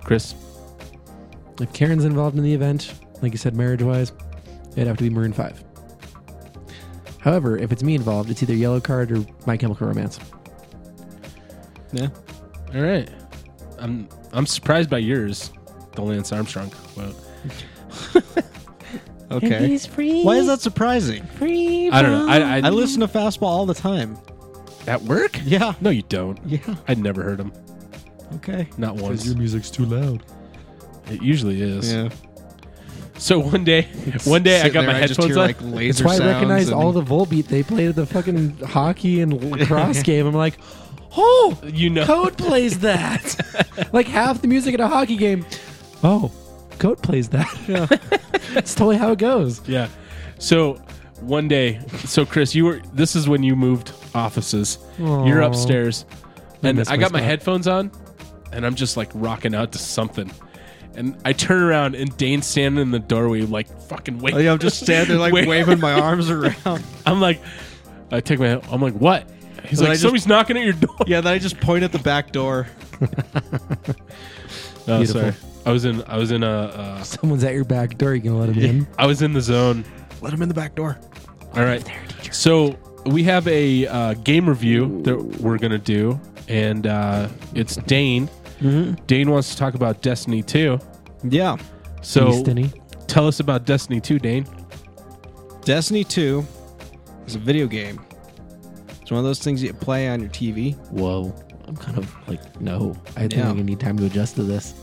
[SPEAKER 1] Chris,
[SPEAKER 3] If Karen's involved in the event, like you said, marriage wise, it'd have to be Maroon 5. However, if it's me involved, it's either Yellow Card or My Chemical Romance.
[SPEAKER 2] Yeah.
[SPEAKER 1] all right. I'm I'm surprised by yours, the Lance Armstrong quote.
[SPEAKER 2] Okay. Why is that surprising?
[SPEAKER 1] I don't know. I, I,
[SPEAKER 2] I listen to Fastball all the time.
[SPEAKER 1] at work.
[SPEAKER 2] Yeah.
[SPEAKER 1] No, you don't.
[SPEAKER 2] Yeah.
[SPEAKER 1] I never heard him.
[SPEAKER 2] Okay.
[SPEAKER 1] Not once.
[SPEAKER 3] music's too loud.
[SPEAKER 1] It usually is.
[SPEAKER 2] Yeah.
[SPEAKER 1] So one day, one day I
[SPEAKER 2] Sitting
[SPEAKER 1] got
[SPEAKER 2] there,
[SPEAKER 1] my
[SPEAKER 2] I just
[SPEAKER 1] headphones
[SPEAKER 2] hear,
[SPEAKER 1] on.
[SPEAKER 2] Like, laser
[SPEAKER 3] That's why I
[SPEAKER 2] sounds
[SPEAKER 3] recognize
[SPEAKER 2] and-
[SPEAKER 3] all the Volbeat they played at the fucking hockey and lacrosse game. I'm like, oh,
[SPEAKER 1] you know,
[SPEAKER 3] Code plays that. like half the music at a hockey game. Oh, Code plays that. That's totally how it goes.
[SPEAKER 1] Yeah. So one day, so Chris, you were. This is when you moved offices. You're
[SPEAKER 3] Aw.
[SPEAKER 1] upstairs, and
[SPEAKER 3] miss
[SPEAKER 1] I got my
[SPEAKER 3] my spot.
[SPEAKER 1] headphones on, and I'm just like rocking out to something. And I turn around, and Dane's standing in the doorway, like fucking waving.
[SPEAKER 2] Oh, yeah, I'm just standing there, like
[SPEAKER 1] Wait.
[SPEAKER 2] waving my arms around.
[SPEAKER 1] I'm like, I take my. I'm like, what? He's
[SPEAKER 2] And I
[SPEAKER 1] like,
[SPEAKER 2] just-
[SPEAKER 1] somebody's knocking at your door.
[SPEAKER 2] Yeah, then I just point at the back door.
[SPEAKER 1] Oh,
[SPEAKER 3] Beautiful.
[SPEAKER 1] sorry. I was in. I was in a. Uh,
[SPEAKER 3] Someone's at your back door. You can let him in.
[SPEAKER 1] I was in the zone.
[SPEAKER 2] Let him in the back door.
[SPEAKER 1] All right. So we have a uh, game review that we're gonna do, and uh, it's Dane.
[SPEAKER 3] Mm-hmm.
[SPEAKER 1] Dane wants to talk about Destiny Two.
[SPEAKER 2] Yeah.
[SPEAKER 1] So
[SPEAKER 3] Destiny.
[SPEAKER 1] tell us about Destiny Two, Dane.
[SPEAKER 2] Destiny 2 is a video game. It's one of those things that you play on your TV.
[SPEAKER 3] Whoa. I'm kind of like, no. I think
[SPEAKER 2] Yeah.
[SPEAKER 3] I'm gonna need time to adjust to this.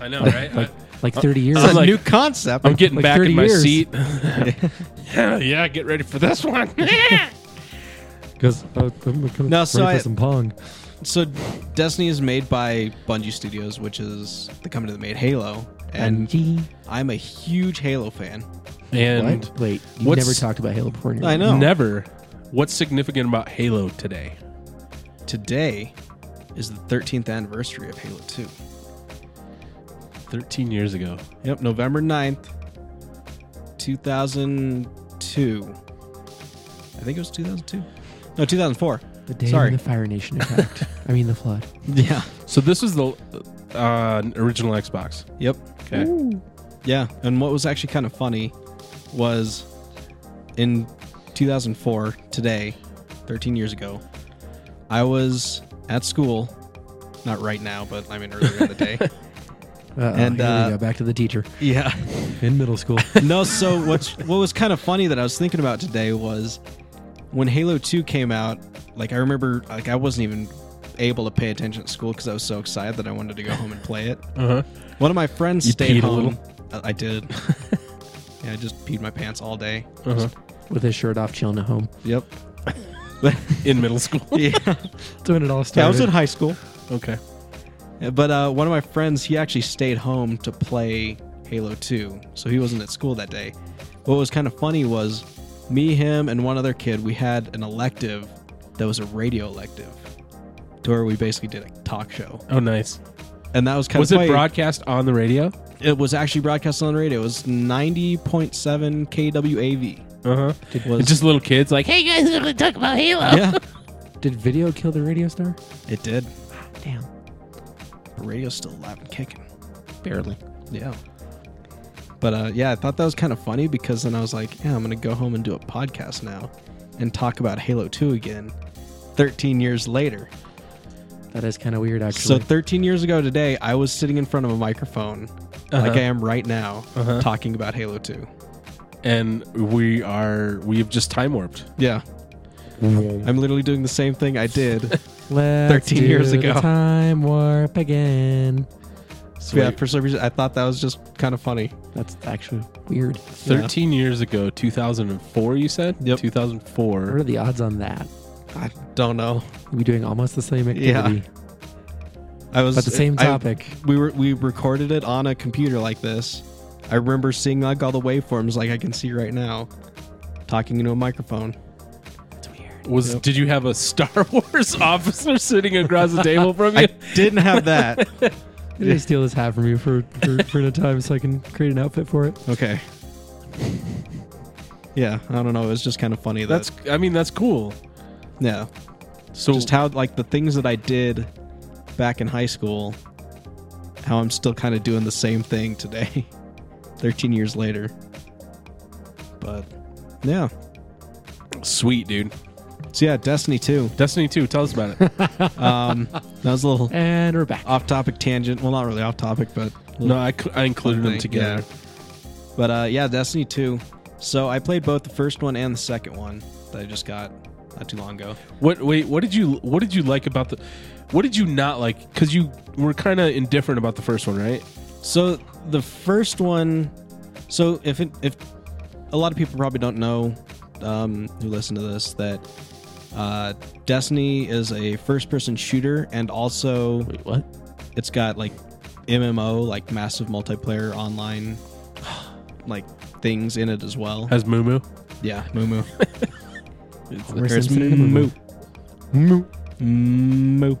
[SPEAKER 1] I know, right? I,
[SPEAKER 3] Like 30 years.
[SPEAKER 1] I'm
[SPEAKER 2] It's a
[SPEAKER 1] like-
[SPEAKER 2] new concept.
[SPEAKER 1] am getting
[SPEAKER 3] Like
[SPEAKER 1] back
[SPEAKER 3] 30
[SPEAKER 1] in my
[SPEAKER 3] years.
[SPEAKER 1] seat. yeah, yeah, get ready for this one.
[SPEAKER 3] Because uh, I'm coming
[SPEAKER 2] No, so I-
[SPEAKER 3] for some pong.
[SPEAKER 2] so Destiny is made by Bungie Studios, which is the company that made Halo. And
[SPEAKER 3] Bungie.
[SPEAKER 2] I'm a huge Halo fan.
[SPEAKER 1] and
[SPEAKER 3] What? Wait, you
[SPEAKER 1] What's-
[SPEAKER 3] never talked about Halo before. in your
[SPEAKER 2] I
[SPEAKER 3] life.
[SPEAKER 2] know.
[SPEAKER 1] never. What's significant about Halo today?
[SPEAKER 2] Today is the 13th anniversary of Halo 2.
[SPEAKER 1] Thirteen years ago.
[SPEAKER 2] Yep, November 9th, 2002. I think it was 2002. No, 2004.
[SPEAKER 3] The day
[SPEAKER 2] Sorry.
[SPEAKER 3] when the Fire Nation attacked. I mean the flood.
[SPEAKER 2] Yeah.
[SPEAKER 1] So this was the uh, original Xbox.
[SPEAKER 2] Yep.
[SPEAKER 1] Okay.
[SPEAKER 2] Yeah, and what was actually kind of funny was in 2004, today, 13 years ago, I was at school, not right now, but I mean earlier in the day.
[SPEAKER 3] Uh-oh,
[SPEAKER 2] And,
[SPEAKER 3] here
[SPEAKER 2] uh,
[SPEAKER 3] we go. back to the teacher
[SPEAKER 2] Yeah.
[SPEAKER 3] in middle school.
[SPEAKER 2] No, so what's what was kind of funny that I was thinking about today was when Halo 2 came out, like I remember like I wasn't even able to pay attention at school because I was so excited that I wanted to go home and play it.
[SPEAKER 1] Uh huh.
[SPEAKER 2] One of my friends
[SPEAKER 1] You
[SPEAKER 2] stayed
[SPEAKER 1] peed a
[SPEAKER 2] home.
[SPEAKER 1] little?
[SPEAKER 2] I, I did. yeah, I just peed my pants all day.
[SPEAKER 1] Uh huh.
[SPEAKER 3] with his shirt off, chilling at home.
[SPEAKER 2] Yep.
[SPEAKER 1] In middle school.
[SPEAKER 2] yeah.
[SPEAKER 3] That's when it all started.
[SPEAKER 2] Yeah, I was in high school.
[SPEAKER 1] okay.
[SPEAKER 2] But uh, one of my friends, he actually stayed home to play Halo 2. So he wasn't at school that day. What was kind of funny was me, him, and one other kid, we had an elective that was a radio elective to where we basically did a talk show.
[SPEAKER 1] Oh, nice.
[SPEAKER 2] And that was kind
[SPEAKER 1] Was
[SPEAKER 2] of
[SPEAKER 1] it
[SPEAKER 2] funny.
[SPEAKER 1] broadcast on the radio?
[SPEAKER 2] It was actually broadcast on the radio. It was 90.7 KWAV.
[SPEAKER 1] Uh huh.
[SPEAKER 2] It was
[SPEAKER 1] Just little kids like, hey,
[SPEAKER 5] guys, we're gonna talk about Halo.
[SPEAKER 2] yeah.
[SPEAKER 3] Did video kill the radio star?
[SPEAKER 2] It did.
[SPEAKER 3] Damn.
[SPEAKER 2] The radio's still alive and kicking.
[SPEAKER 3] barely.
[SPEAKER 2] Yeah. But uh, yeah, I thought that was kind of funny because then I was like, yeah, I'm going to go home and do a podcast now and talk about Halo 2 again 13 years later.
[SPEAKER 3] That is kind of weird,
[SPEAKER 2] So
[SPEAKER 3] actually.
[SPEAKER 2] 13 years ago today, I was sitting in front of a microphone like I am right now
[SPEAKER 1] Uh-huh.
[SPEAKER 2] talking about Halo 2.
[SPEAKER 1] and we are we have just time warped.
[SPEAKER 2] Yeah. I'm literally doing the same thing I did.
[SPEAKER 3] Let's
[SPEAKER 2] 13 years
[SPEAKER 3] do the
[SPEAKER 2] ago.
[SPEAKER 3] time warp again.
[SPEAKER 1] So
[SPEAKER 2] yeah,
[SPEAKER 1] wait,
[SPEAKER 2] for some reason, I thought that was just kind of funny.
[SPEAKER 3] That's actually weird.
[SPEAKER 1] thirteen years ago, two thousand and four. You said
[SPEAKER 2] Yep.
[SPEAKER 1] two thousand
[SPEAKER 3] What are
[SPEAKER 1] four.
[SPEAKER 3] the odds on that?
[SPEAKER 2] I don't know.
[SPEAKER 3] We doing almost the same activity,
[SPEAKER 2] I was
[SPEAKER 3] but the same
[SPEAKER 2] I-
[SPEAKER 3] topic.
[SPEAKER 2] we were we recorded it on a computer like this. I remember seeing like all the waveforms like I can see right now, talking into a microphone.
[SPEAKER 3] It's weird.
[SPEAKER 1] Was did you have a Star Wars officer sitting across the table from you?
[SPEAKER 2] I didn't have that.
[SPEAKER 3] I'm gonna steal this hat from you for for, for a time so I can create an outfit for it.
[SPEAKER 2] Okay. Yeah, I don't know. It was just kind of funny. That,
[SPEAKER 1] that's I mean that's cool.
[SPEAKER 2] yeah,
[SPEAKER 1] So
[SPEAKER 2] just how like the things that I did back in high school, how I'm still kind of doing the same thing today, 13 years later. But yeah,
[SPEAKER 1] sweet, dude.
[SPEAKER 2] so yeah, Destiny 2.
[SPEAKER 1] Destiny two. Tell us about it.
[SPEAKER 2] Um, that was a little
[SPEAKER 3] And we're back.
[SPEAKER 2] off topic tangent. Well, not really off topic, but
[SPEAKER 1] no, I, cl- I included them
[SPEAKER 2] thing,
[SPEAKER 1] together.
[SPEAKER 2] yeah. But uh, yeah, Destiny 2. So I played both the first one and the second one that I just got not too long ago.
[SPEAKER 1] What? Wait. What did you What did you like about the? What did you not like? Because you were kind of indifferent about the first one, right?
[SPEAKER 2] So the first one, so if it, if a lot of people probably don't know um, who listen to this that uh, Destiny is a first-person shooter and also
[SPEAKER 3] Wait, what?
[SPEAKER 2] it's got like MMO like massive multiplayer online like things in it as well.
[SPEAKER 1] As Moo Moo.
[SPEAKER 2] Yeah, Moo Moo.
[SPEAKER 3] Homer
[SPEAKER 2] There's
[SPEAKER 3] Simpson in a moo. Moo.
[SPEAKER 2] Moo.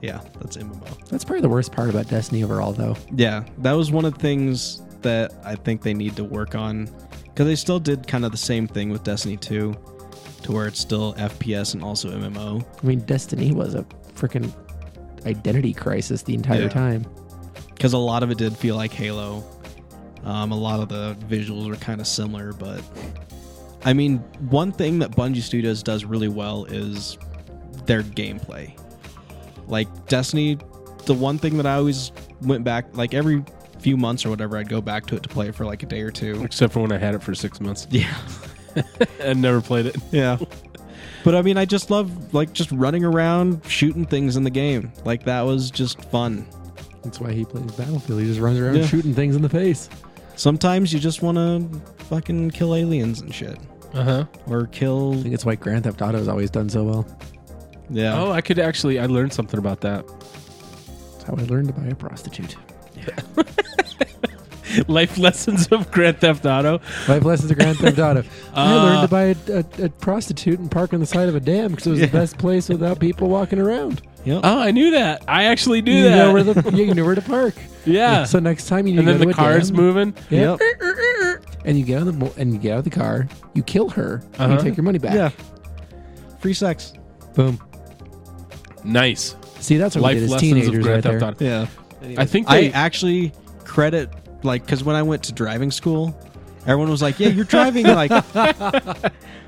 [SPEAKER 2] Yeah, that's MMO.
[SPEAKER 3] That's probably the worst part about Destiny overall, though.
[SPEAKER 2] Yeah, that was one of the things that I think they need to work on because they still did kind of the same thing with Destiny 2 to where it's still FPS and also MMO.
[SPEAKER 3] I mean, Destiny was a freaking identity crisis the entire
[SPEAKER 2] Yeah.
[SPEAKER 3] time.
[SPEAKER 2] because a lot of it did feel like Halo. Um, a lot of the visuals were kind of similar, but I mean, one thing that Bungie Studios does really well is their gameplay. Like Destiny, the one thing that I always went back, like every few months or whatever, I'd go back to it to play it for like a day or two.
[SPEAKER 1] Except for when I had it for six months
[SPEAKER 2] Yeah,
[SPEAKER 1] and never played it.
[SPEAKER 2] yeah. But I mean, I just love like just running around, shooting things in the game. Like that was just fun.
[SPEAKER 3] That's why he plays Battlefield. He just runs around
[SPEAKER 2] Yeah.
[SPEAKER 3] shooting things in the face.
[SPEAKER 2] Sometimes you just want to fucking kill aliens and shit.
[SPEAKER 1] Uh huh.
[SPEAKER 2] or kill.
[SPEAKER 3] I think it's why Grand Theft Auto has always done so well.
[SPEAKER 2] Yeah.
[SPEAKER 1] Oh, I could actually. I learned something about that.
[SPEAKER 3] That's how I learned to buy a prostitute.
[SPEAKER 1] Life lessons of Grand Theft Auto.
[SPEAKER 3] Life lessons of Grand Theft Auto. I
[SPEAKER 2] Uh,
[SPEAKER 3] learned to buy a, a, a prostitute and park on the side of a dam because it was the best place without people walking around.
[SPEAKER 2] Yep.
[SPEAKER 1] Oh, I knew that. I actually knew
[SPEAKER 3] You
[SPEAKER 1] that.
[SPEAKER 3] know where the you know where to park.
[SPEAKER 1] yeah.
[SPEAKER 3] So next time you need
[SPEAKER 1] and
[SPEAKER 3] to
[SPEAKER 1] then
[SPEAKER 3] go
[SPEAKER 1] the
[SPEAKER 3] to a
[SPEAKER 1] car's
[SPEAKER 3] dam,
[SPEAKER 1] moving.
[SPEAKER 3] Yeah. And you get on the mo- and you get out of the car. You kill her. And
[SPEAKER 1] Uh-huh.
[SPEAKER 3] you take your money back.
[SPEAKER 2] Yeah. Free sex.
[SPEAKER 3] Boom.
[SPEAKER 1] Nice.
[SPEAKER 3] See, that's what
[SPEAKER 1] Life
[SPEAKER 3] we did as
[SPEAKER 1] lessons of
[SPEAKER 3] teenagers
[SPEAKER 1] Grand
[SPEAKER 3] right there.
[SPEAKER 1] Theft Auto.
[SPEAKER 2] Yeah.
[SPEAKER 1] I think
[SPEAKER 2] I
[SPEAKER 1] they.
[SPEAKER 2] actually credit like because when I went to driving school, everyone was like, "Yeah, you're driving." like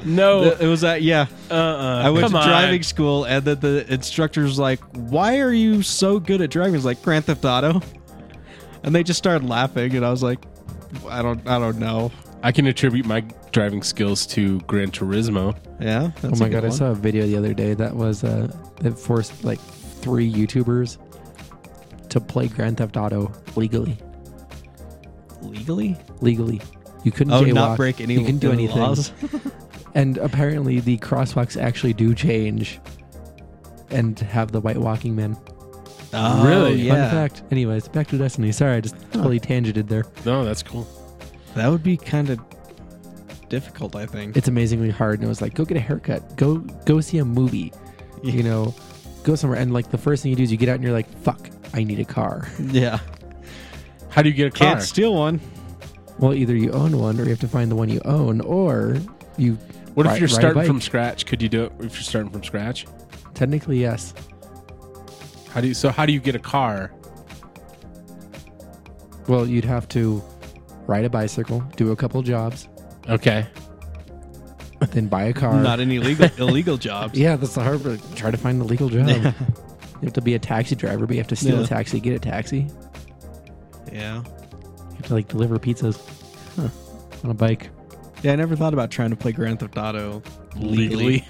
[SPEAKER 1] no.
[SPEAKER 2] it was that. Yeah,
[SPEAKER 1] Uh. uh
[SPEAKER 2] I went
[SPEAKER 1] come
[SPEAKER 2] to
[SPEAKER 1] on.
[SPEAKER 2] driving school, and then the instructor was like, "Why are you so good at driving?" It's like Grand Theft Auto, and they just started laughing, and I was like, "I don't, I don't know."
[SPEAKER 1] I can attribute my driving skills to Gran Turismo.
[SPEAKER 2] Yeah.
[SPEAKER 3] Oh
[SPEAKER 2] that's a
[SPEAKER 3] my
[SPEAKER 2] good
[SPEAKER 3] god, I
[SPEAKER 2] one.
[SPEAKER 3] saw a video the other day that was uh that forced like three YouTubers to play Grand Theft Auto legally.
[SPEAKER 2] legally.
[SPEAKER 3] Legally. You couldn't
[SPEAKER 2] Oh,
[SPEAKER 3] jaywalk.
[SPEAKER 2] not break any.
[SPEAKER 3] you couldn't do
[SPEAKER 2] any
[SPEAKER 3] anything.
[SPEAKER 2] laws.
[SPEAKER 3] And apparently the crosswalks actually do change and have the white walking men.
[SPEAKER 2] Oh,
[SPEAKER 1] Really?
[SPEAKER 3] Fun
[SPEAKER 2] Yeah.
[SPEAKER 3] fact. Anyways, back to Destiny. Sorry, I just totally tangented there.
[SPEAKER 1] No, that's cool.
[SPEAKER 2] That would be kind of difficult, I think.
[SPEAKER 3] It's amazingly hard and it was like, go get a haircut, go go see a movie. You know, go somewhere and like the first thing you do is you get out and you're like, fuck, I need a car.
[SPEAKER 2] Yeah.
[SPEAKER 1] How do you get a car?
[SPEAKER 2] Can't steal one.
[SPEAKER 3] Well, either you own one, or you have to find the one you own, or you.
[SPEAKER 1] What if
[SPEAKER 3] ri-
[SPEAKER 1] you're
[SPEAKER 3] ride a
[SPEAKER 1] starting
[SPEAKER 3] bike.
[SPEAKER 1] from scratch? Could you do it if you're starting from scratch?
[SPEAKER 3] Technically, yes.
[SPEAKER 1] How do you? So how do you get a car
[SPEAKER 3] Well, you'd have to ride a bicycle, do a couple jobs,
[SPEAKER 1] Okay.
[SPEAKER 3] then buy a car.
[SPEAKER 2] Not any illegal illegal jobs.
[SPEAKER 3] yeah, that's the hard part. Try to find the legal job. You have to be a taxi driver, but you have to steal
[SPEAKER 2] Yeah.
[SPEAKER 3] a taxi, get a taxi.
[SPEAKER 2] Yeah.
[SPEAKER 3] You have to like deliver pizzas huh, on a bike.
[SPEAKER 2] Yeah, I never thought about trying to play Grand Theft Auto legally.
[SPEAKER 1] Legally.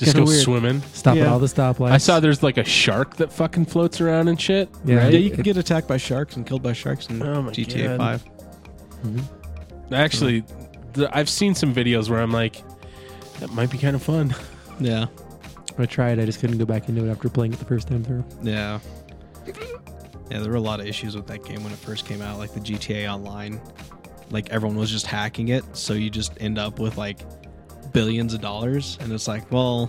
[SPEAKER 1] Just go
[SPEAKER 2] kinda weird.
[SPEAKER 1] swimming.
[SPEAKER 3] Stop at
[SPEAKER 2] Yeah.
[SPEAKER 3] all the stoplights.
[SPEAKER 1] I saw there's like a shark that fucking floats around and shit.
[SPEAKER 3] Yeah.
[SPEAKER 1] Right?
[SPEAKER 2] Yeah, you can get attacked by sharks and killed by sharks in
[SPEAKER 1] Oh my
[SPEAKER 2] GTA
[SPEAKER 1] God.
[SPEAKER 2] 5.
[SPEAKER 3] Mm-hmm.
[SPEAKER 1] Mm-hmm. Actually, th- I've seen some videos where I'm like, that might be kind of fun.
[SPEAKER 2] Yeah.
[SPEAKER 3] I tried. I just couldn't go back into it after playing it the first time through.
[SPEAKER 2] Yeah. Yeah, there were a lot of issues with that game when it first came out, like the GTA Online. Like everyone was just hacking it, so you just end up with like billions of dollars, and it's like, well,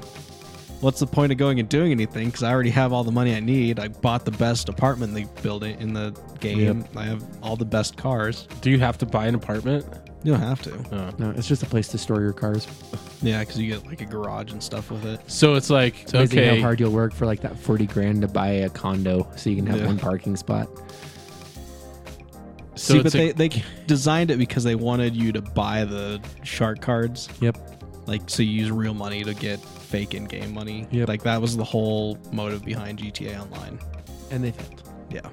[SPEAKER 2] what's the point of going and doing anything? Because I already have all the money I need. I bought the best apartment in the building in the game. I have all the best cars.
[SPEAKER 1] Do you have to buy an apartment?
[SPEAKER 2] You don't have to.
[SPEAKER 1] No.
[SPEAKER 3] No, it's just a place to store your cars.
[SPEAKER 2] Yeah, because you get like a garage and stuff with it.
[SPEAKER 1] So it's like,
[SPEAKER 3] It's amazing
[SPEAKER 1] okay,
[SPEAKER 3] how hard you'll work for like that forty grand to buy a condo so you can have
[SPEAKER 2] Yeah.
[SPEAKER 3] one parking spot.
[SPEAKER 1] so
[SPEAKER 2] See,
[SPEAKER 1] it's
[SPEAKER 2] but
[SPEAKER 1] a-
[SPEAKER 2] they, they designed it because they wanted you to buy the shark cards.
[SPEAKER 3] Yep.
[SPEAKER 2] like so you use real money to get fake in-game money
[SPEAKER 3] Yep.
[SPEAKER 2] like that was the whole motive behind gta online
[SPEAKER 3] And they failed
[SPEAKER 2] yeah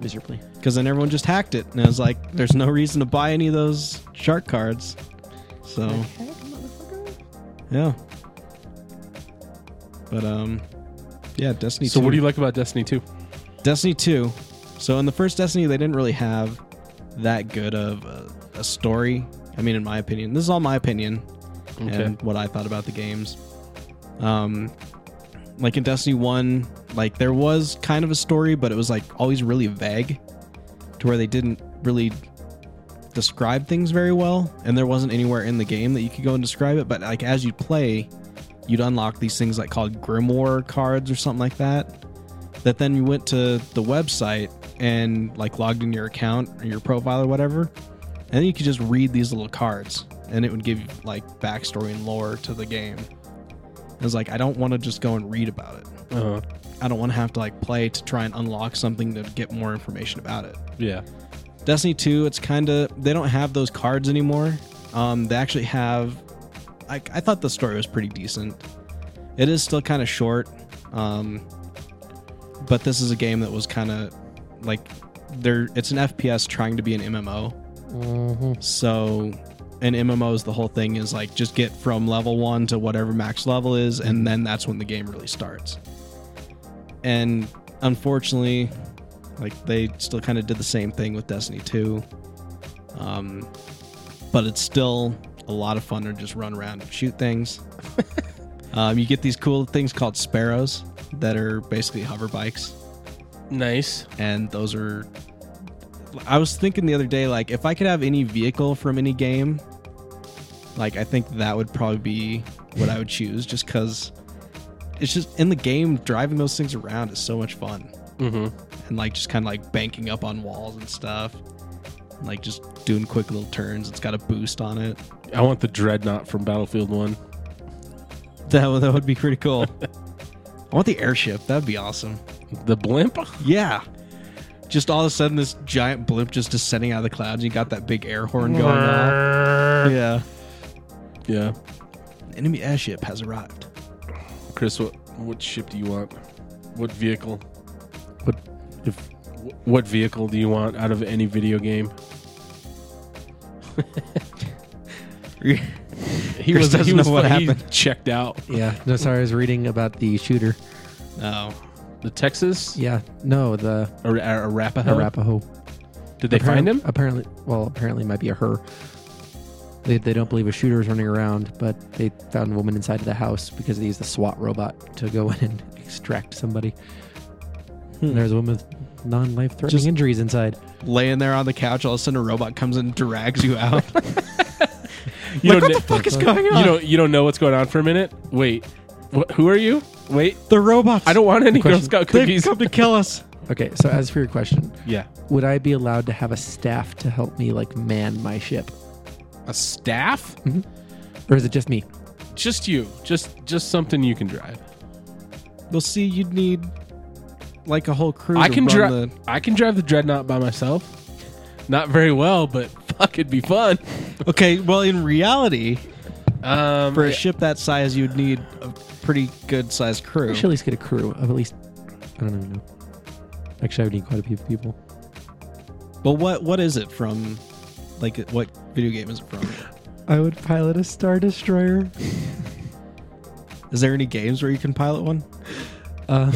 [SPEAKER 3] miserably.
[SPEAKER 2] because then everyone just hacked it and i was like there's no reason to buy any of those shark cards so yeah but um yeah destiny
[SPEAKER 1] so
[SPEAKER 2] 2.
[SPEAKER 1] what do you like about Destiny 2?
[SPEAKER 2] destiny 2 so in the first destiny they didn't really have that good of a, a story i mean in my opinion this is all my opinion
[SPEAKER 1] Okay.
[SPEAKER 2] and what I thought about the games. Um, like in Destiny One, like there was kind of a story, but it was like always really vague, to where they didn't really describe things very well, and there wasn't anywhere in the game that you could go and describe it. But like as you play, you'd unlock these things like called grimoire cards or something like that. That then you went to the website and like logged in your account or your profile or whatever, and then you could just read these little cards, and it would give like backstory and lore to the game. It was like I don't want to just go and read about it.
[SPEAKER 1] Uh-huh.
[SPEAKER 2] I don't want to have to like play to try and unlock something to get more information about it.
[SPEAKER 1] Yeah.
[SPEAKER 2] Destiny 2, it's kind of they don't have those cards anymore. Um, they actually have. I, I thought the story was pretty decent. It is still kind of short, um, but this is a game that was kind of like there. It's an FPS trying to be an MMO. So, in MMOs, the whole thing is like just get from level one to whatever max level is, and then that's when the game really starts. And unfortunately, like they still kind of did the same thing with Destiny 2. Um, but it's still a lot of fun to just run around and shoot things. um, you get these cool things called sparrows that are basically hover bikes
[SPEAKER 1] Nice.
[SPEAKER 2] and those are i was thinking the other day like if i could have any vehicle from any game like i think that would probably be what i would choose just because it's just in the game driving those things around is so much fun
[SPEAKER 1] Mm-hmm.
[SPEAKER 2] and like just kind of like banking up on walls and stuff and, like just doing quick little turns it's got a boost on it
[SPEAKER 1] I want the Dreadnought from Battlefield 1.
[SPEAKER 2] that would, that would be pretty cool i want the airship that'd be awesome
[SPEAKER 1] The blimp?
[SPEAKER 2] Yeah. Just all of a sudden, this giant blimp just descending out of the clouds. You got that big air horn going off. Yeah.
[SPEAKER 1] Yeah.
[SPEAKER 2] Enemy airship has arrived.
[SPEAKER 1] Chris, what, what ship do you want? What vehicle?
[SPEAKER 3] What if
[SPEAKER 1] Wh- What vehicle do you want out of any video game? He
[SPEAKER 2] Chris doesn't know what
[SPEAKER 1] he
[SPEAKER 2] happened.
[SPEAKER 1] checked out.
[SPEAKER 3] Yeah. No, sorry. I was reading about the shooter.
[SPEAKER 2] oh.
[SPEAKER 1] The Texas
[SPEAKER 3] Yeah. No, the
[SPEAKER 1] or, or Arapaho.
[SPEAKER 3] Arapaho.
[SPEAKER 1] Did they
[SPEAKER 3] Apparent-
[SPEAKER 1] find him?
[SPEAKER 3] Apparently, well, apparently it might be a her. They, they don't believe a shooter is running around, but they found a woman inside of the house because they used the SWAT robot to go in and extract somebody. And there's a woman with non-life threatening
[SPEAKER 2] Just-
[SPEAKER 3] injuries inside.
[SPEAKER 2] Laying there on the couch, all of a sudden, a robot comes and drags you out.
[SPEAKER 1] You
[SPEAKER 2] like, what
[SPEAKER 1] kn-
[SPEAKER 2] the fuck is going on?
[SPEAKER 1] You don't you don't know what's going on for a minute. Wait, wh- who are you? Wait,
[SPEAKER 2] the robots.
[SPEAKER 1] I don't want any Girl
[SPEAKER 3] Question.
[SPEAKER 1] Scout
[SPEAKER 2] They've
[SPEAKER 1] cookies.
[SPEAKER 2] come to kill us.
[SPEAKER 3] Okay, so as for your question,
[SPEAKER 1] Yeah,
[SPEAKER 3] would I be allowed to have a staff to help me like man my ship,
[SPEAKER 1] a staff?
[SPEAKER 2] Mm-hmm.
[SPEAKER 3] or is it just me?
[SPEAKER 1] Just you? Just just something you can drive?
[SPEAKER 2] Well, see, you'd need like a whole crew.
[SPEAKER 1] I
[SPEAKER 2] to
[SPEAKER 1] can
[SPEAKER 2] run
[SPEAKER 1] drive.
[SPEAKER 2] the-
[SPEAKER 1] I can drive the dreadnought by myself. Not very well, but fuck, it'd be fun.
[SPEAKER 2] Okay, well, in reality,
[SPEAKER 1] Um,
[SPEAKER 2] for a ship that size, you'd need a pretty good sized crew.
[SPEAKER 3] I should at least get a crew of at least. I don't even know. Actually, I would need quite a few people.
[SPEAKER 2] But what what is it from? Like, what video game is it from?
[SPEAKER 3] I would pilot a star destroyer.
[SPEAKER 2] Is there any games where you can pilot one?
[SPEAKER 3] Uh,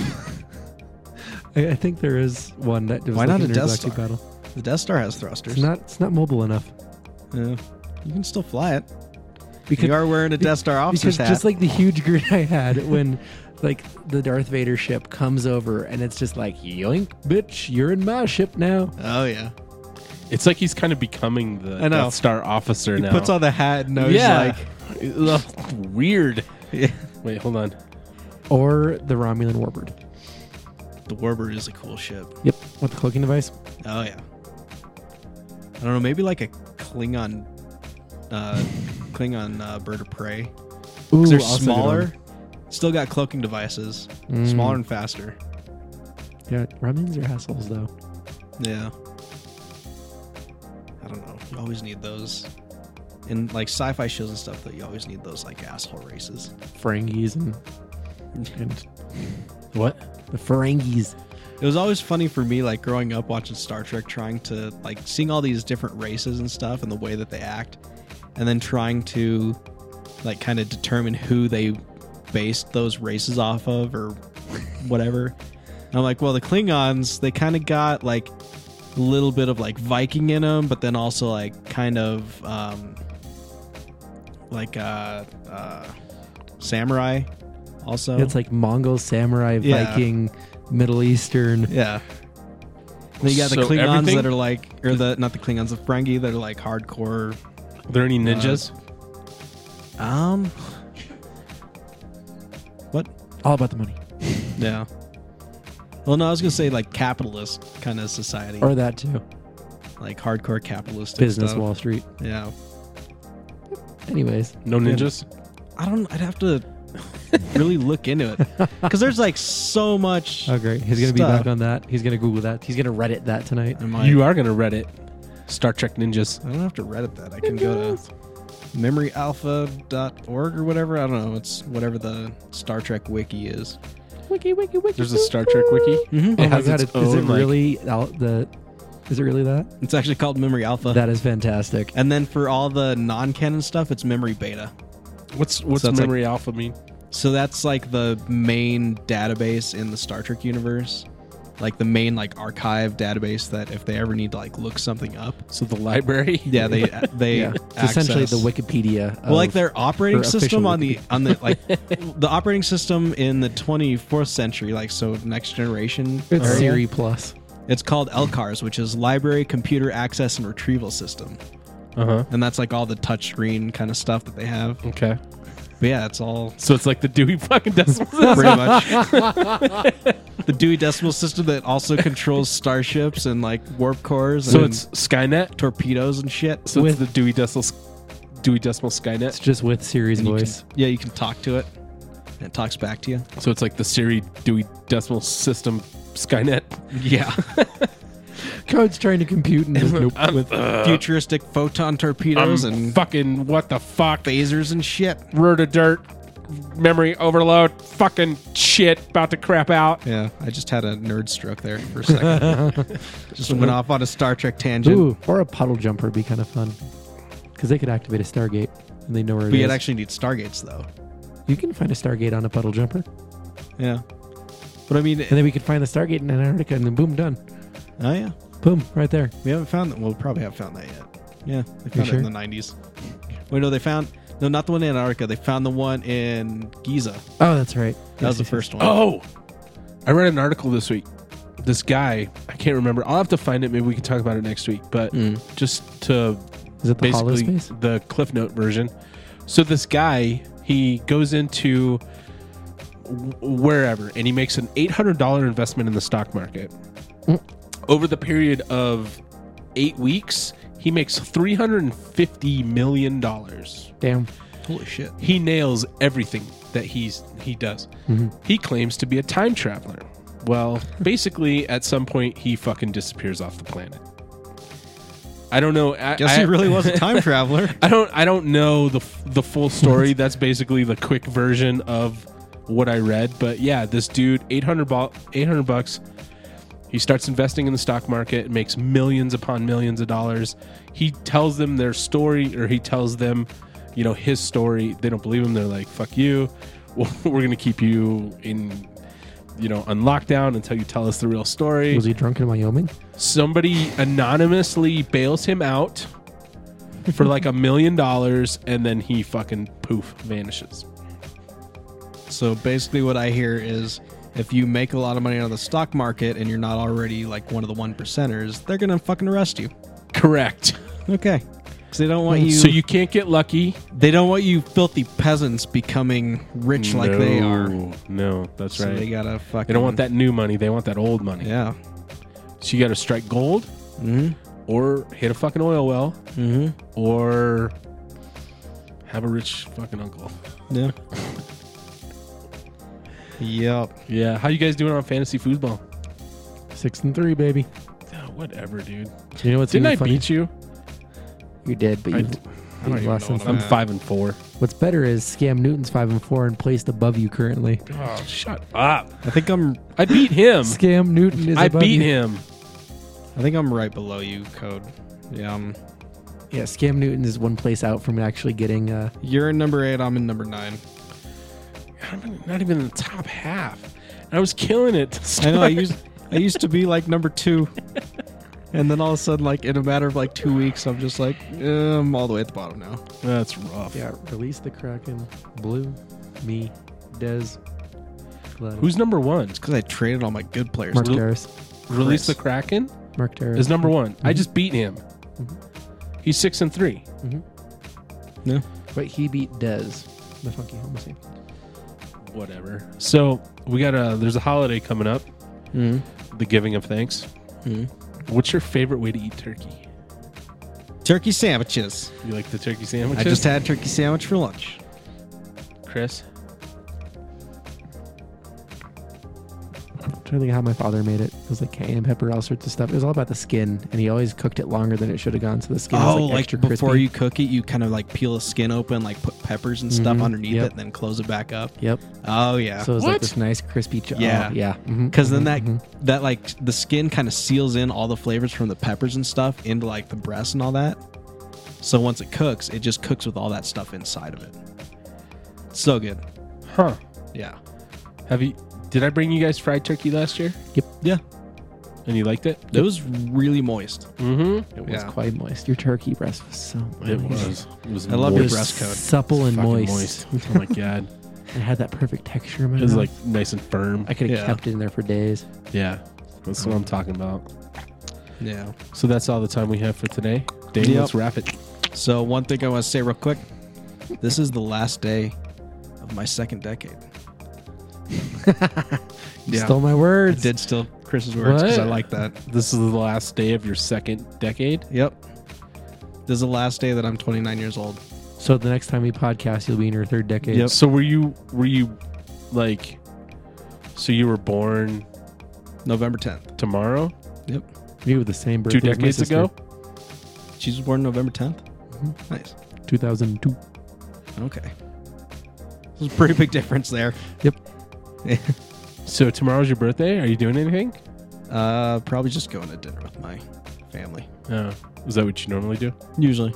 [SPEAKER 3] I, I think there is one that was
[SPEAKER 2] Why
[SPEAKER 3] like
[SPEAKER 2] not
[SPEAKER 3] an
[SPEAKER 2] a Death
[SPEAKER 3] intergalactic
[SPEAKER 2] Star?
[SPEAKER 3] battle.
[SPEAKER 2] The Death Star has
[SPEAKER 3] It's
[SPEAKER 2] thrusters.
[SPEAKER 3] not. It's not mobile enough.
[SPEAKER 2] Yeah. You can still fly it.
[SPEAKER 3] We could-
[SPEAKER 2] you are wearing a Death Star officer's
[SPEAKER 3] because
[SPEAKER 2] hat.
[SPEAKER 3] just like the huge grin I had when like the Darth Vader ship comes over and it's just like yoink bitch you're in my ship now
[SPEAKER 2] oh yeah.
[SPEAKER 1] it's like he's kind of becoming the
[SPEAKER 2] I know.
[SPEAKER 1] Death Star officer
[SPEAKER 2] He
[SPEAKER 1] now.
[SPEAKER 2] puts on the hat and knows
[SPEAKER 1] yeah, Ugh, weird.
[SPEAKER 2] like
[SPEAKER 1] Wait, hold on.
[SPEAKER 3] or the Romulan warbird
[SPEAKER 2] the Warbird is a cool ship.
[SPEAKER 3] yep with the cloaking device
[SPEAKER 2] Oh yeah. I don't know, maybe like a Klingon uh Klingon uh, bird of prey.
[SPEAKER 3] Ooh,
[SPEAKER 2] 'Cause they're
[SPEAKER 3] also a good
[SPEAKER 2] smaller. Still got cloaking devices.
[SPEAKER 3] Mm.
[SPEAKER 2] Smaller and faster.
[SPEAKER 3] one. yeah Romulans are assholes though
[SPEAKER 2] Yeah. I don't know. You always need those. In like sci-fi shows and stuff, though, you always need those like asshole races.
[SPEAKER 3] Ferengis and, and
[SPEAKER 1] What?
[SPEAKER 3] the Ferengis
[SPEAKER 2] It was always funny for me, like growing up watching Star Trek, trying to like seeing all these different races and stuff and the way that they act, and then trying to like kind of determine who they based those races off of or whatever. And I'm like, well, the Klingons, they kind of got like a little bit of like Viking in them, but then also like kind of um, like uh, uh, samurai also.
[SPEAKER 3] it's like Mongol samurai
[SPEAKER 2] Oh. Yeah.
[SPEAKER 3] Viking Middle Eastern
[SPEAKER 2] Yeah. Then you got the
[SPEAKER 1] So
[SPEAKER 2] Klingons
[SPEAKER 1] everything-
[SPEAKER 2] that are like, or the not the Klingons, the Ferengi that are like hardcore.
[SPEAKER 1] Are there
[SPEAKER 2] Uh,
[SPEAKER 1] any ninjas?
[SPEAKER 2] Um. What?
[SPEAKER 3] all about the money
[SPEAKER 2] Yeah. Well, no, I was gonna say like capitalist kind of society,
[SPEAKER 3] or that too
[SPEAKER 2] like hardcore capitalist
[SPEAKER 3] business
[SPEAKER 2] stuff.
[SPEAKER 3] Wall Street
[SPEAKER 2] Yeah.
[SPEAKER 3] anyways
[SPEAKER 1] no ninjas.
[SPEAKER 2] I don't. I'd have to really look into it because there's like so much.
[SPEAKER 3] oh great he's gonna be
[SPEAKER 2] Stuff.
[SPEAKER 3] back on that he's gonna Google that he's gonna Reddit that tonight
[SPEAKER 2] Am I-
[SPEAKER 1] You are gonna Reddit Star Trek ninjas.
[SPEAKER 2] I don't have to Reddit that. I can go to memoryalpha.org or whatever. I don't know. It's whatever the Star Trek wiki is.
[SPEAKER 3] wiki wiki wiki
[SPEAKER 1] There's a Star Trek wiki.
[SPEAKER 2] Mm-hmm.
[SPEAKER 3] Oh
[SPEAKER 1] It
[SPEAKER 3] my
[SPEAKER 1] has
[SPEAKER 3] God,
[SPEAKER 1] its
[SPEAKER 3] is it
[SPEAKER 1] own, like-
[SPEAKER 3] really out the? Is it really that?
[SPEAKER 2] It's actually called Memory Alpha.
[SPEAKER 3] That is fantastic.
[SPEAKER 2] and then for all the non-canon stuff, it's Memory Beta.
[SPEAKER 1] What's what's
[SPEAKER 2] So it's like-
[SPEAKER 1] memory alpha mean?
[SPEAKER 2] So that's like the main database in the Star Trek universe. Like the main like archive database that if they ever need to like look something up,
[SPEAKER 1] So the library.
[SPEAKER 2] yeah, they they
[SPEAKER 3] yeah, it's
[SPEAKER 2] access.
[SPEAKER 3] essentially the Wikipedia.
[SPEAKER 2] Well, like
[SPEAKER 3] of-
[SPEAKER 2] their operating
[SPEAKER 3] their official
[SPEAKER 2] system on the on the like the operating system in the 24th century, like so next generation.
[SPEAKER 3] it's
[SPEAKER 2] area,
[SPEAKER 3] Siri Plus.
[SPEAKER 2] It's called LCARS, which is Library Computer Access and Retrieval System,
[SPEAKER 1] Uh huh.
[SPEAKER 2] and that's like all the touchscreen kind of stuff that they have.
[SPEAKER 1] Okay.
[SPEAKER 2] But yeah, it's all
[SPEAKER 1] So it's like the Dewey fucking Decimal System.
[SPEAKER 2] pretty much the Dewey Decimal System that also controls starships and like warp cores.
[SPEAKER 1] so
[SPEAKER 2] and
[SPEAKER 1] it's Skynet.
[SPEAKER 2] torpedoes and shit.
[SPEAKER 1] So
[SPEAKER 3] With-
[SPEAKER 1] it's the Dewey Decimal Dewey Decimal
[SPEAKER 3] It's
[SPEAKER 1] Skynet.
[SPEAKER 3] just with Siri's
[SPEAKER 2] And you can-
[SPEAKER 3] voice.
[SPEAKER 2] yeah, you can talk to it, and it talks back to you.
[SPEAKER 1] So it's like the Siri Dewey Decimal System Skynet.
[SPEAKER 2] Yeah,
[SPEAKER 3] Code's trying to compute and just, nope.
[SPEAKER 1] I'm,
[SPEAKER 2] futuristic photon torpedoes
[SPEAKER 1] Uh, I'm
[SPEAKER 2] and
[SPEAKER 1] fucking what the fuck?
[SPEAKER 2] phasers and shit.
[SPEAKER 1] Root of dirt, memory overload, fucking shit, about to crap out.
[SPEAKER 2] Yeah, I just had a nerd stroke there for a second. just went off on a Star Trek tangent.
[SPEAKER 3] Ooh, or a puddle jumper would be kind of fun because they could activate a Stargate and they know where it
[SPEAKER 2] But you'd
[SPEAKER 3] is.
[SPEAKER 2] actually need Stargates though.
[SPEAKER 3] you can find a Stargate on a puddle jumper,
[SPEAKER 2] Yeah. But I mean,
[SPEAKER 3] and then we could find the Stargate in Antarctica, and then boom, done.
[SPEAKER 2] oh yeah,
[SPEAKER 3] Boom, right there.
[SPEAKER 2] we haven't found that. Well, we probably haven't found that yet. Yeah, they found it
[SPEAKER 3] sure?
[SPEAKER 2] in the nineties. Wait, no, they found no, not the one in Antarctica. They found the one in Giza.
[SPEAKER 3] Oh, that's right.
[SPEAKER 2] That was the
[SPEAKER 3] Yes, yes,
[SPEAKER 2] first one.
[SPEAKER 1] Oh, I read an article this week. This guy, I can't remember. I'll have to find it. Maybe we can talk about it next week. But just to
[SPEAKER 3] yes. Hmm. Is it the hollow
[SPEAKER 1] basically
[SPEAKER 3] space?
[SPEAKER 1] the cliff note version so this guy he goes into w- wherever and he makes an $800 investment in the stock market
[SPEAKER 3] Hmm.
[SPEAKER 1] over the period of eight weeks he makes $350 million
[SPEAKER 3] Damn.
[SPEAKER 2] Holy shit! Mm-hmm.
[SPEAKER 1] he nails everything that he's he does he claims to be a time traveler Well, basically, at some point, he fucking disappears off the planet. I don't know. I,
[SPEAKER 2] Guess
[SPEAKER 1] I,
[SPEAKER 2] he really was a time traveler.
[SPEAKER 1] I don't. I don't know the f- the full story. That's basically the quick version of what I read. But yeah, this dude, 800, bu- 800 bucks. He starts investing in the stock market, makes millions upon millions of dollars. He tells them their story, or he tells them, you know, his story. They don't believe him. They're like, "Fuck you. We're going to keep you in, you know, on lockdown until you tell us the real story."
[SPEAKER 3] Was he drunk in Wyoming?
[SPEAKER 1] somebody anonymously bails him out for like a million dollars and then he fucking poof vanishes
[SPEAKER 2] So basically, what I hear is if you make a lot of money out of the stock market and you're not already like one of the one percenters, they're gonna fucking arrest you.
[SPEAKER 1] correct
[SPEAKER 2] Okay, because they don't want you.
[SPEAKER 1] so you can't get lucky
[SPEAKER 2] they don't want you filthy peasants becoming rich like they are.
[SPEAKER 1] No, no that's
[SPEAKER 2] So
[SPEAKER 1] right
[SPEAKER 2] they
[SPEAKER 1] they,
[SPEAKER 2] gotta fucking.
[SPEAKER 1] don't want that new money they want that old money
[SPEAKER 2] Yeah.
[SPEAKER 1] so you gotta strike gold
[SPEAKER 2] Mm-hmm.
[SPEAKER 1] or hit a fucking oil well
[SPEAKER 2] Mm-hmm.
[SPEAKER 1] or have a rich fucking uncle
[SPEAKER 2] Mm-hmm. Yeah. yep.
[SPEAKER 1] yeah how you guys doing on fantasy foosball
[SPEAKER 3] Six and three, baby.
[SPEAKER 1] Yeah, whatever dude
[SPEAKER 3] You know what's
[SPEAKER 1] didn't
[SPEAKER 3] really
[SPEAKER 1] i
[SPEAKER 3] funny?
[SPEAKER 1] beat you
[SPEAKER 3] You did, but
[SPEAKER 1] I
[SPEAKER 3] you,
[SPEAKER 1] d-
[SPEAKER 2] I don't
[SPEAKER 3] you
[SPEAKER 2] even
[SPEAKER 3] lost
[SPEAKER 2] know
[SPEAKER 3] in
[SPEAKER 2] what
[SPEAKER 1] i'm
[SPEAKER 2] Yeah.
[SPEAKER 1] five and four.
[SPEAKER 3] What's better is Scam Newton's five and four and placed above you currently.
[SPEAKER 1] Oh, shut up
[SPEAKER 2] I think I'm.
[SPEAKER 1] i beat him
[SPEAKER 3] Scam Newton is
[SPEAKER 1] I
[SPEAKER 3] above
[SPEAKER 1] beat
[SPEAKER 3] you.
[SPEAKER 1] him.
[SPEAKER 2] I think I'm right below you, Code. Yeah. um, I'm-
[SPEAKER 3] Yeah, Scam Newton is one place out from actually getting. Uh,
[SPEAKER 2] you're in number eight. I'm in number nine.
[SPEAKER 1] I'm not even in the top half. And I was killing it. to
[SPEAKER 2] I know. I
[SPEAKER 1] start.
[SPEAKER 2] used I used to be like number two, and then all of a sudden, like in a matter of like two weeks, I'm just like eh, I'm all the way at the bottom now.
[SPEAKER 1] That's rough.
[SPEAKER 3] yeah, release the Kraken, blue, me, Des, Glenn,
[SPEAKER 1] Who's number one?
[SPEAKER 2] Because I traded all my good players.
[SPEAKER 3] Mark
[SPEAKER 1] Re-
[SPEAKER 3] Terrace.
[SPEAKER 1] Release
[SPEAKER 2] Chris.
[SPEAKER 1] the Kraken
[SPEAKER 3] Mark Terrace
[SPEAKER 1] is number one. I just beat him.
[SPEAKER 3] Mhm.
[SPEAKER 1] He's six and three.
[SPEAKER 3] Mm-hmm. But he beat Des, the funky homo sapien.
[SPEAKER 1] Whatever. So we got a. There's a holiday coming up.
[SPEAKER 2] Mhm.
[SPEAKER 1] The giving of thanks.
[SPEAKER 2] Mhm.
[SPEAKER 1] What's your favorite way to eat turkey?
[SPEAKER 2] Turkey sandwiches.
[SPEAKER 1] You like the turkey sandwiches?
[SPEAKER 2] I just had a turkey sandwich for lunch.
[SPEAKER 1] Chris.
[SPEAKER 3] I'm trying to think of how my father made it. It was like cayenne pepper, all sorts of stuff. It was all about the skin, and he always cooked it longer than it should have gone, so the skin was like, extra
[SPEAKER 2] Oh, before
[SPEAKER 3] crispy.
[SPEAKER 2] you cook it, you kind of like peel the skin open, like put peppers and stuff
[SPEAKER 3] Mhm.
[SPEAKER 2] underneath
[SPEAKER 3] Yep.
[SPEAKER 2] it, and then close it back up.
[SPEAKER 3] Yep.
[SPEAKER 2] Oh yeah.
[SPEAKER 3] So it was
[SPEAKER 1] What?
[SPEAKER 3] like this nice crispy. Ch-
[SPEAKER 2] Yeah.
[SPEAKER 3] oh, yeah.
[SPEAKER 2] because then that
[SPEAKER 3] Mm-hmm.
[SPEAKER 2] that like the skin kind of seals in all the flavors from the peppers and stuff into like the breast and all that. So once it cooks, it just cooks with all that stuff inside of it. So good.
[SPEAKER 1] Huh.
[SPEAKER 2] Yeah.
[SPEAKER 1] Have you? Did I bring you guys fried turkey last year?
[SPEAKER 2] Yeah.
[SPEAKER 1] And you liked it?
[SPEAKER 2] It was really moist.
[SPEAKER 1] Mm-hmm.
[SPEAKER 3] It
[SPEAKER 2] Yeah.
[SPEAKER 3] was quite moist. Your turkey breast was so moist.
[SPEAKER 1] It was. It was
[SPEAKER 2] I love your
[SPEAKER 3] It was
[SPEAKER 1] moist.
[SPEAKER 2] breast coat.
[SPEAKER 3] supple and
[SPEAKER 1] Fucking
[SPEAKER 3] moist.
[SPEAKER 1] moist. Oh my god.
[SPEAKER 3] It had that perfect texture. In my
[SPEAKER 1] It was
[SPEAKER 3] mouth.
[SPEAKER 1] like nice and firm.
[SPEAKER 3] I could have
[SPEAKER 2] Yeah.
[SPEAKER 3] kept it in there for days.
[SPEAKER 1] Yeah, that's what I'm talking about.
[SPEAKER 2] Yeah.
[SPEAKER 1] So that's all the time we have for today. Dave,
[SPEAKER 2] Yep.
[SPEAKER 1] let's wrap it.
[SPEAKER 2] So one thing I want to say real quick, this is the last day of my second decade.
[SPEAKER 3] You Stole my
[SPEAKER 2] I
[SPEAKER 3] words.
[SPEAKER 2] did still Chris's words because I
[SPEAKER 1] What?
[SPEAKER 2] like that.
[SPEAKER 1] This is the last day of your second decade.
[SPEAKER 2] Yep. This is the last day that I'm 29 years old.
[SPEAKER 3] So the next time we podcast, you'll be in your third decade.
[SPEAKER 2] Yep.
[SPEAKER 1] So were you were you like so you were born
[SPEAKER 2] November 10th.
[SPEAKER 1] tomorrow?
[SPEAKER 2] Yep.
[SPEAKER 3] You were the same birthday.
[SPEAKER 1] Two decades ago?
[SPEAKER 2] She was born November 10th.
[SPEAKER 3] Mhm.
[SPEAKER 2] Nice.
[SPEAKER 3] two thousand two.
[SPEAKER 2] Okay. There's a pretty big difference there.
[SPEAKER 3] Yep.
[SPEAKER 1] So tomorrow's your birthday? Are you doing anything?
[SPEAKER 2] Uh, probably just going to dinner with my family.
[SPEAKER 1] Uh, is that what you normally do?
[SPEAKER 2] Usually.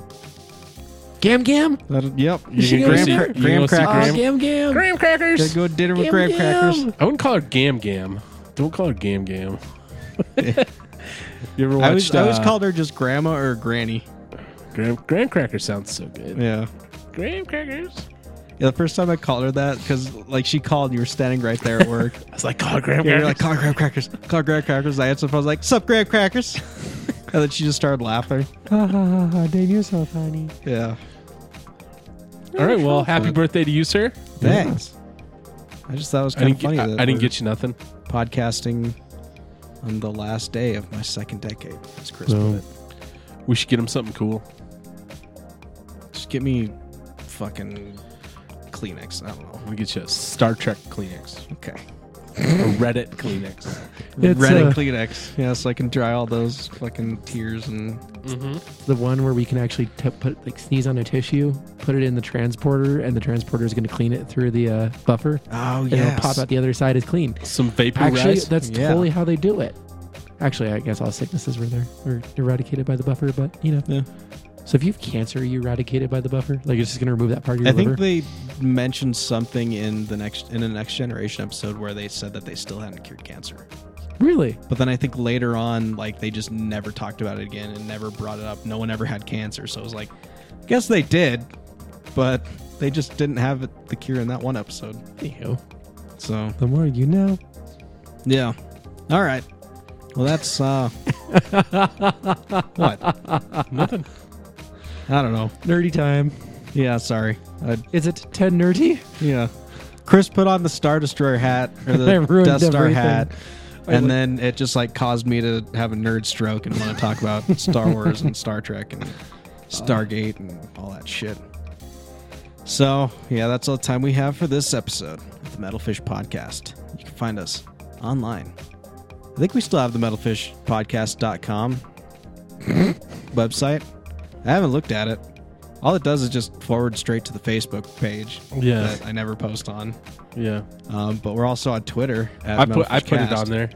[SPEAKER 3] Gam gam.
[SPEAKER 2] yep.
[SPEAKER 3] You can
[SPEAKER 2] You
[SPEAKER 3] go
[SPEAKER 2] graham,
[SPEAKER 3] see-
[SPEAKER 2] cra-
[SPEAKER 1] you can
[SPEAKER 2] graham
[SPEAKER 1] go see
[SPEAKER 2] crackers.
[SPEAKER 1] Graham-
[SPEAKER 3] Oh, gam gam.
[SPEAKER 1] Graham crackers.
[SPEAKER 2] Gotta go to dinner with
[SPEAKER 3] Gam
[SPEAKER 2] graham crackers.
[SPEAKER 3] gam.
[SPEAKER 1] I wouldn't call her Gam Gam. Don't call her Gam Gam. you ever
[SPEAKER 2] I always,
[SPEAKER 1] watched?
[SPEAKER 2] I always
[SPEAKER 1] uh,
[SPEAKER 2] called her just grandma or granny.
[SPEAKER 1] Graham, Graham crackers. Sounds so good.
[SPEAKER 2] Yeah.
[SPEAKER 1] Graham crackers.
[SPEAKER 2] Yeah, the first time I called her that, because like she called, you were standing right there at work.
[SPEAKER 1] I was like, call her Graham crackers.
[SPEAKER 2] Yeah, you're like, call graham crackers, call graham crackers. I answered, the phone, I was like, sup, graham crackers. and then she just started laughing.
[SPEAKER 3] Ha ha ha ha. Dave, you're so funny.
[SPEAKER 2] Yeah.
[SPEAKER 1] All right. Well, happy birthday to you, sir.
[SPEAKER 2] Thanks. I just thought it was
[SPEAKER 1] I
[SPEAKER 2] kind
[SPEAKER 1] didn't,
[SPEAKER 2] of funny.
[SPEAKER 1] get, I,
[SPEAKER 2] that
[SPEAKER 1] I didn't
[SPEAKER 2] we're
[SPEAKER 1] get you nothing.
[SPEAKER 2] podcasting on the last day of my second decade. That's Chris
[SPEAKER 3] Boom.
[SPEAKER 2] put it.
[SPEAKER 1] We should get him something cool.
[SPEAKER 2] Just get me fucking Kleenex. I don't know.
[SPEAKER 1] I'm gonna get you a Star Trek Kleenex.
[SPEAKER 2] Okay.
[SPEAKER 1] A Reddit Kleenex.
[SPEAKER 3] It's,
[SPEAKER 2] Reddit
[SPEAKER 3] uh,
[SPEAKER 2] Kleenex. Yeah, so I can dry all those fucking tears and Mm-hmm.
[SPEAKER 3] the one where we can actually t- put like sneeze on a tissue, put it in the transporter, and the transporter is going to clean it through the uh, buffer.
[SPEAKER 2] oh
[SPEAKER 3] And it'll pop out the other side as clean.
[SPEAKER 1] Some vapor
[SPEAKER 3] Actually,
[SPEAKER 1] rice.
[SPEAKER 3] that's
[SPEAKER 2] Yeah.
[SPEAKER 3] totally how they do it. Actually, I guess all sicknesses were there were eradicated by the buffer, but you know.
[SPEAKER 2] Yeah.
[SPEAKER 3] So if you have cancer, you eradicated by the buffer. Like it's just going to remove that part of your
[SPEAKER 2] I
[SPEAKER 3] liver.
[SPEAKER 2] think they mentioned something in the next in the next generation episode where they said that they still hadn't cured cancer.
[SPEAKER 3] really?
[SPEAKER 2] But then I think later on, like they just never talked about it again and never brought it up. No one ever had cancer, so it was like, I guess they did, but they just didn't have it, the cure in that one episode.
[SPEAKER 3] Anywho,
[SPEAKER 2] So
[SPEAKER 3] the more you know.
[SPEAKER 2] yeah, all right. Well, that's uh, what
[SPEAKER 1] Nothing.
[SPEAKER 2] I don't know.
[SPEAKER 3] Nerdy time.
[SPEAKER 2] Yeah, sorry. I,
[SPEAKER 3] Is it 10 nerdy?
[SPEAKER 2] yeah, Chris put on the Star Destroyer hat or
[SPEAKER 3] I
[SPEAKER 2] the
[SPEAKER 3] ruined
[SPEAKER 2] Death Star
[SPEAKER 3] everything.
[SPEAKER 2] hat.
[SPEAKER 3] I
[SPEAKER 2] and
[SPEAKER 3] look-
[SPEAKER 2] then it just like caused me to have a nerd stroke and want to talk about Star Wars and Star Trek and Stargate and all that shit. So yeah, that's all the time we have for this episode of the Metalfish Podcast. You can find us online. I think we still have the metalfishpodcast.com website. I haven't looked at it. All it does is just forward straight to the Facebook page
[SPEAKER 1] Yeah.
[SPEAKER 2] that I never post on.
[SPEAKER 1] Yeah.
[SPEAKER 2] Um, but we're also on Twitter. At
[SPEAKER 1] I put I put it
[SPEAKER 2] MetalfishCast.
[SPEAKER 1] on there.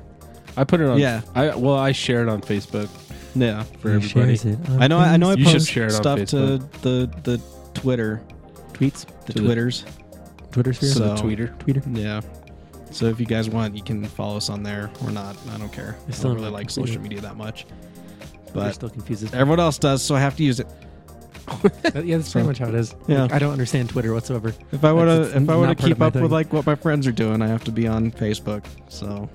[SPEAKER 1] I put it on.
[SPEAKER 2] Yeah.
[SPEAKER 1] I well, I share it on Facebook
[SPEAKER 2] Yeah.
[SPEAKER 1] for everybody.
[SPEAKER 2] I know. I know. I
[SPEAKER 1] You should
[SPEAKER 2] post
[SPEAKER 1] share it on
[SPEAKER 2] stuff to
[SPEAKER 1] Facebook.
[SPEAKER 2] the the Twitter,
[SPEAKER 3] Tweets.
[SPEAKER 2] the
[SPEAKER 1] To the-
[SPEAKER 2] Twitters.
[SPEAKER 3] Twitter sphere.
[SPEAKER 2] So-
[SPEAKER 1] The tweeter.
[SPEAKER 3] Twitter.
[SPEAKER 2] yeah. So if you guys want, you can follow us on there or not. I don't care. I
[SPEAKER 3] still
[SPEAKER 2] still don't
[SPEAKER 3] don't
[SPEAKER 2] really like
[SPEAKER 3] completely-
[SPEAKER 2] social media that much,
[SPEAKER 3] You're
[SPEAKER 2] but
[SPEAKER 3] still confused. as-
[SPEAKER 2] everyone else does, so I have to use it.
[SPEAKER 3] That- yeah, that's pretty much how it is.
[SPEAKER 2] Yeah.
[SPEAKER 3] Like, I don't understand Twitter whatsoever.
[SPEAKER 2] If I want
[SPEAKER 3] It's-
[SPEAKER 2] to,
[SPEAKER 3] it's
[SPEAKER 2] if I want
[SPEAKER 3] not
[SPEAKER 2] to
[SPEAKER 3] part of
[SPEAKER 2] keep
[SPEAKER 3] my
[SPEAKER 2] up
[SPEAKER 3] thing.
[SPEAKER 2] with like what my friends are doing, I have to be on Facebook. So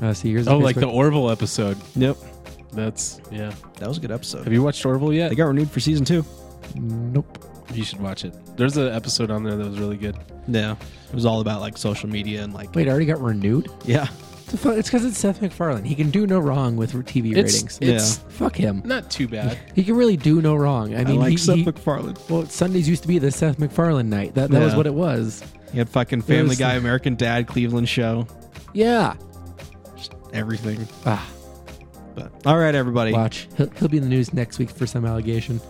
[SPEAKER 3] Uh, see, yours is
[SPEAKER 1] Oh, like
[SPEAKER 3] Facebook.
[SPEAKER 1] the Orville episode.
[SPEAKER 2] yep,
[SPEAKER 1] That's yeah.
[SPEAKER 2] that was a good episode.
[SPEAKER 1] Have you watched Orville yet?
[SPEAKER 2] they got renewed for season two.
[SPEAKER 3] Nope.
[SPEAKER 1] You should watch it. There's an episode on there that was really good.
[SPEAKER 2] Yeah, it was all about like social media and like
[SPEAKER 3] Wait, I already got renewed?
[SPEAKER 2] yeah,
[SPEAKER 3] It's because it's, 'cause it's Seth MacFarlane. He can do no wrong with TV
[SPEAKER 1] It's,
[SPEAKER 3] ratings.
[SPEAKER 1] it's
[SPEAKER 3] Fuck him.
[SPEAKER 1] not too bad.
[SPEAKER 3] He can really do no wrong. I
[SPEAKER 2] I,
[SPEAKER 3] mean,
[SPEAKER 2] like
[SPEAKER 3] he,
[SPEAKER 2] Seth
[SPEAKER 3] he-
[SPEAKER 2] MacFarlane.
[SPEAKER 3] well, Sundays used to be the Seth MacFarlane night. That that was
[SPEAKER 2] Yeah.
[SPEAKER 3] what it was.
[SPEAKER 2] He had fucking Family
[SPEAKER 3] was-
[SPEAKER 2] Guy, American Dad, Cleveland Show,
[SPEAKER 3] Yeah.
[SPEAKER 2] everything.
[SPEAKER 3] Ah,
[SPEAKER 2] But all right, everybody.
[SPEAKER 3] watch. He'll, he'll be in the news next week for some allegation.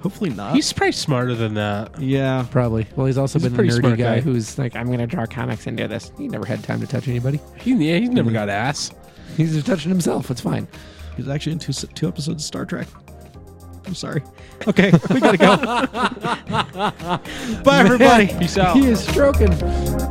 [SPEAKER 2] Hopefully not.
[SPEAKER 1] He's probably smarter than that.
[SPEAKER 2] yeah.
[SPEAKER 3] Probably. Well, he's also
[SPEAKER 1] He's a
[SPEAKER 3] been the
[SPEAKER 1] pretty
[SPEAKER 3] nerdy guy,
[SPEAKER 1] smart guy.
[SPEAKER 3] who's like, I'm going to draw comics and do this. He never had time to touch anybody.
[SPEAKER 1] He, yeah, he's never got ass.
[SPEAKER 3] He's just touching himself. It's fine.
[SPEAKER 2] He's actually in two two episodes of Star Trek. I'm sorry. Okay, we gotta go. Bye, everybody.
[SPEAKER 1] Peace out.
[SPEAKER 3] He is stroking.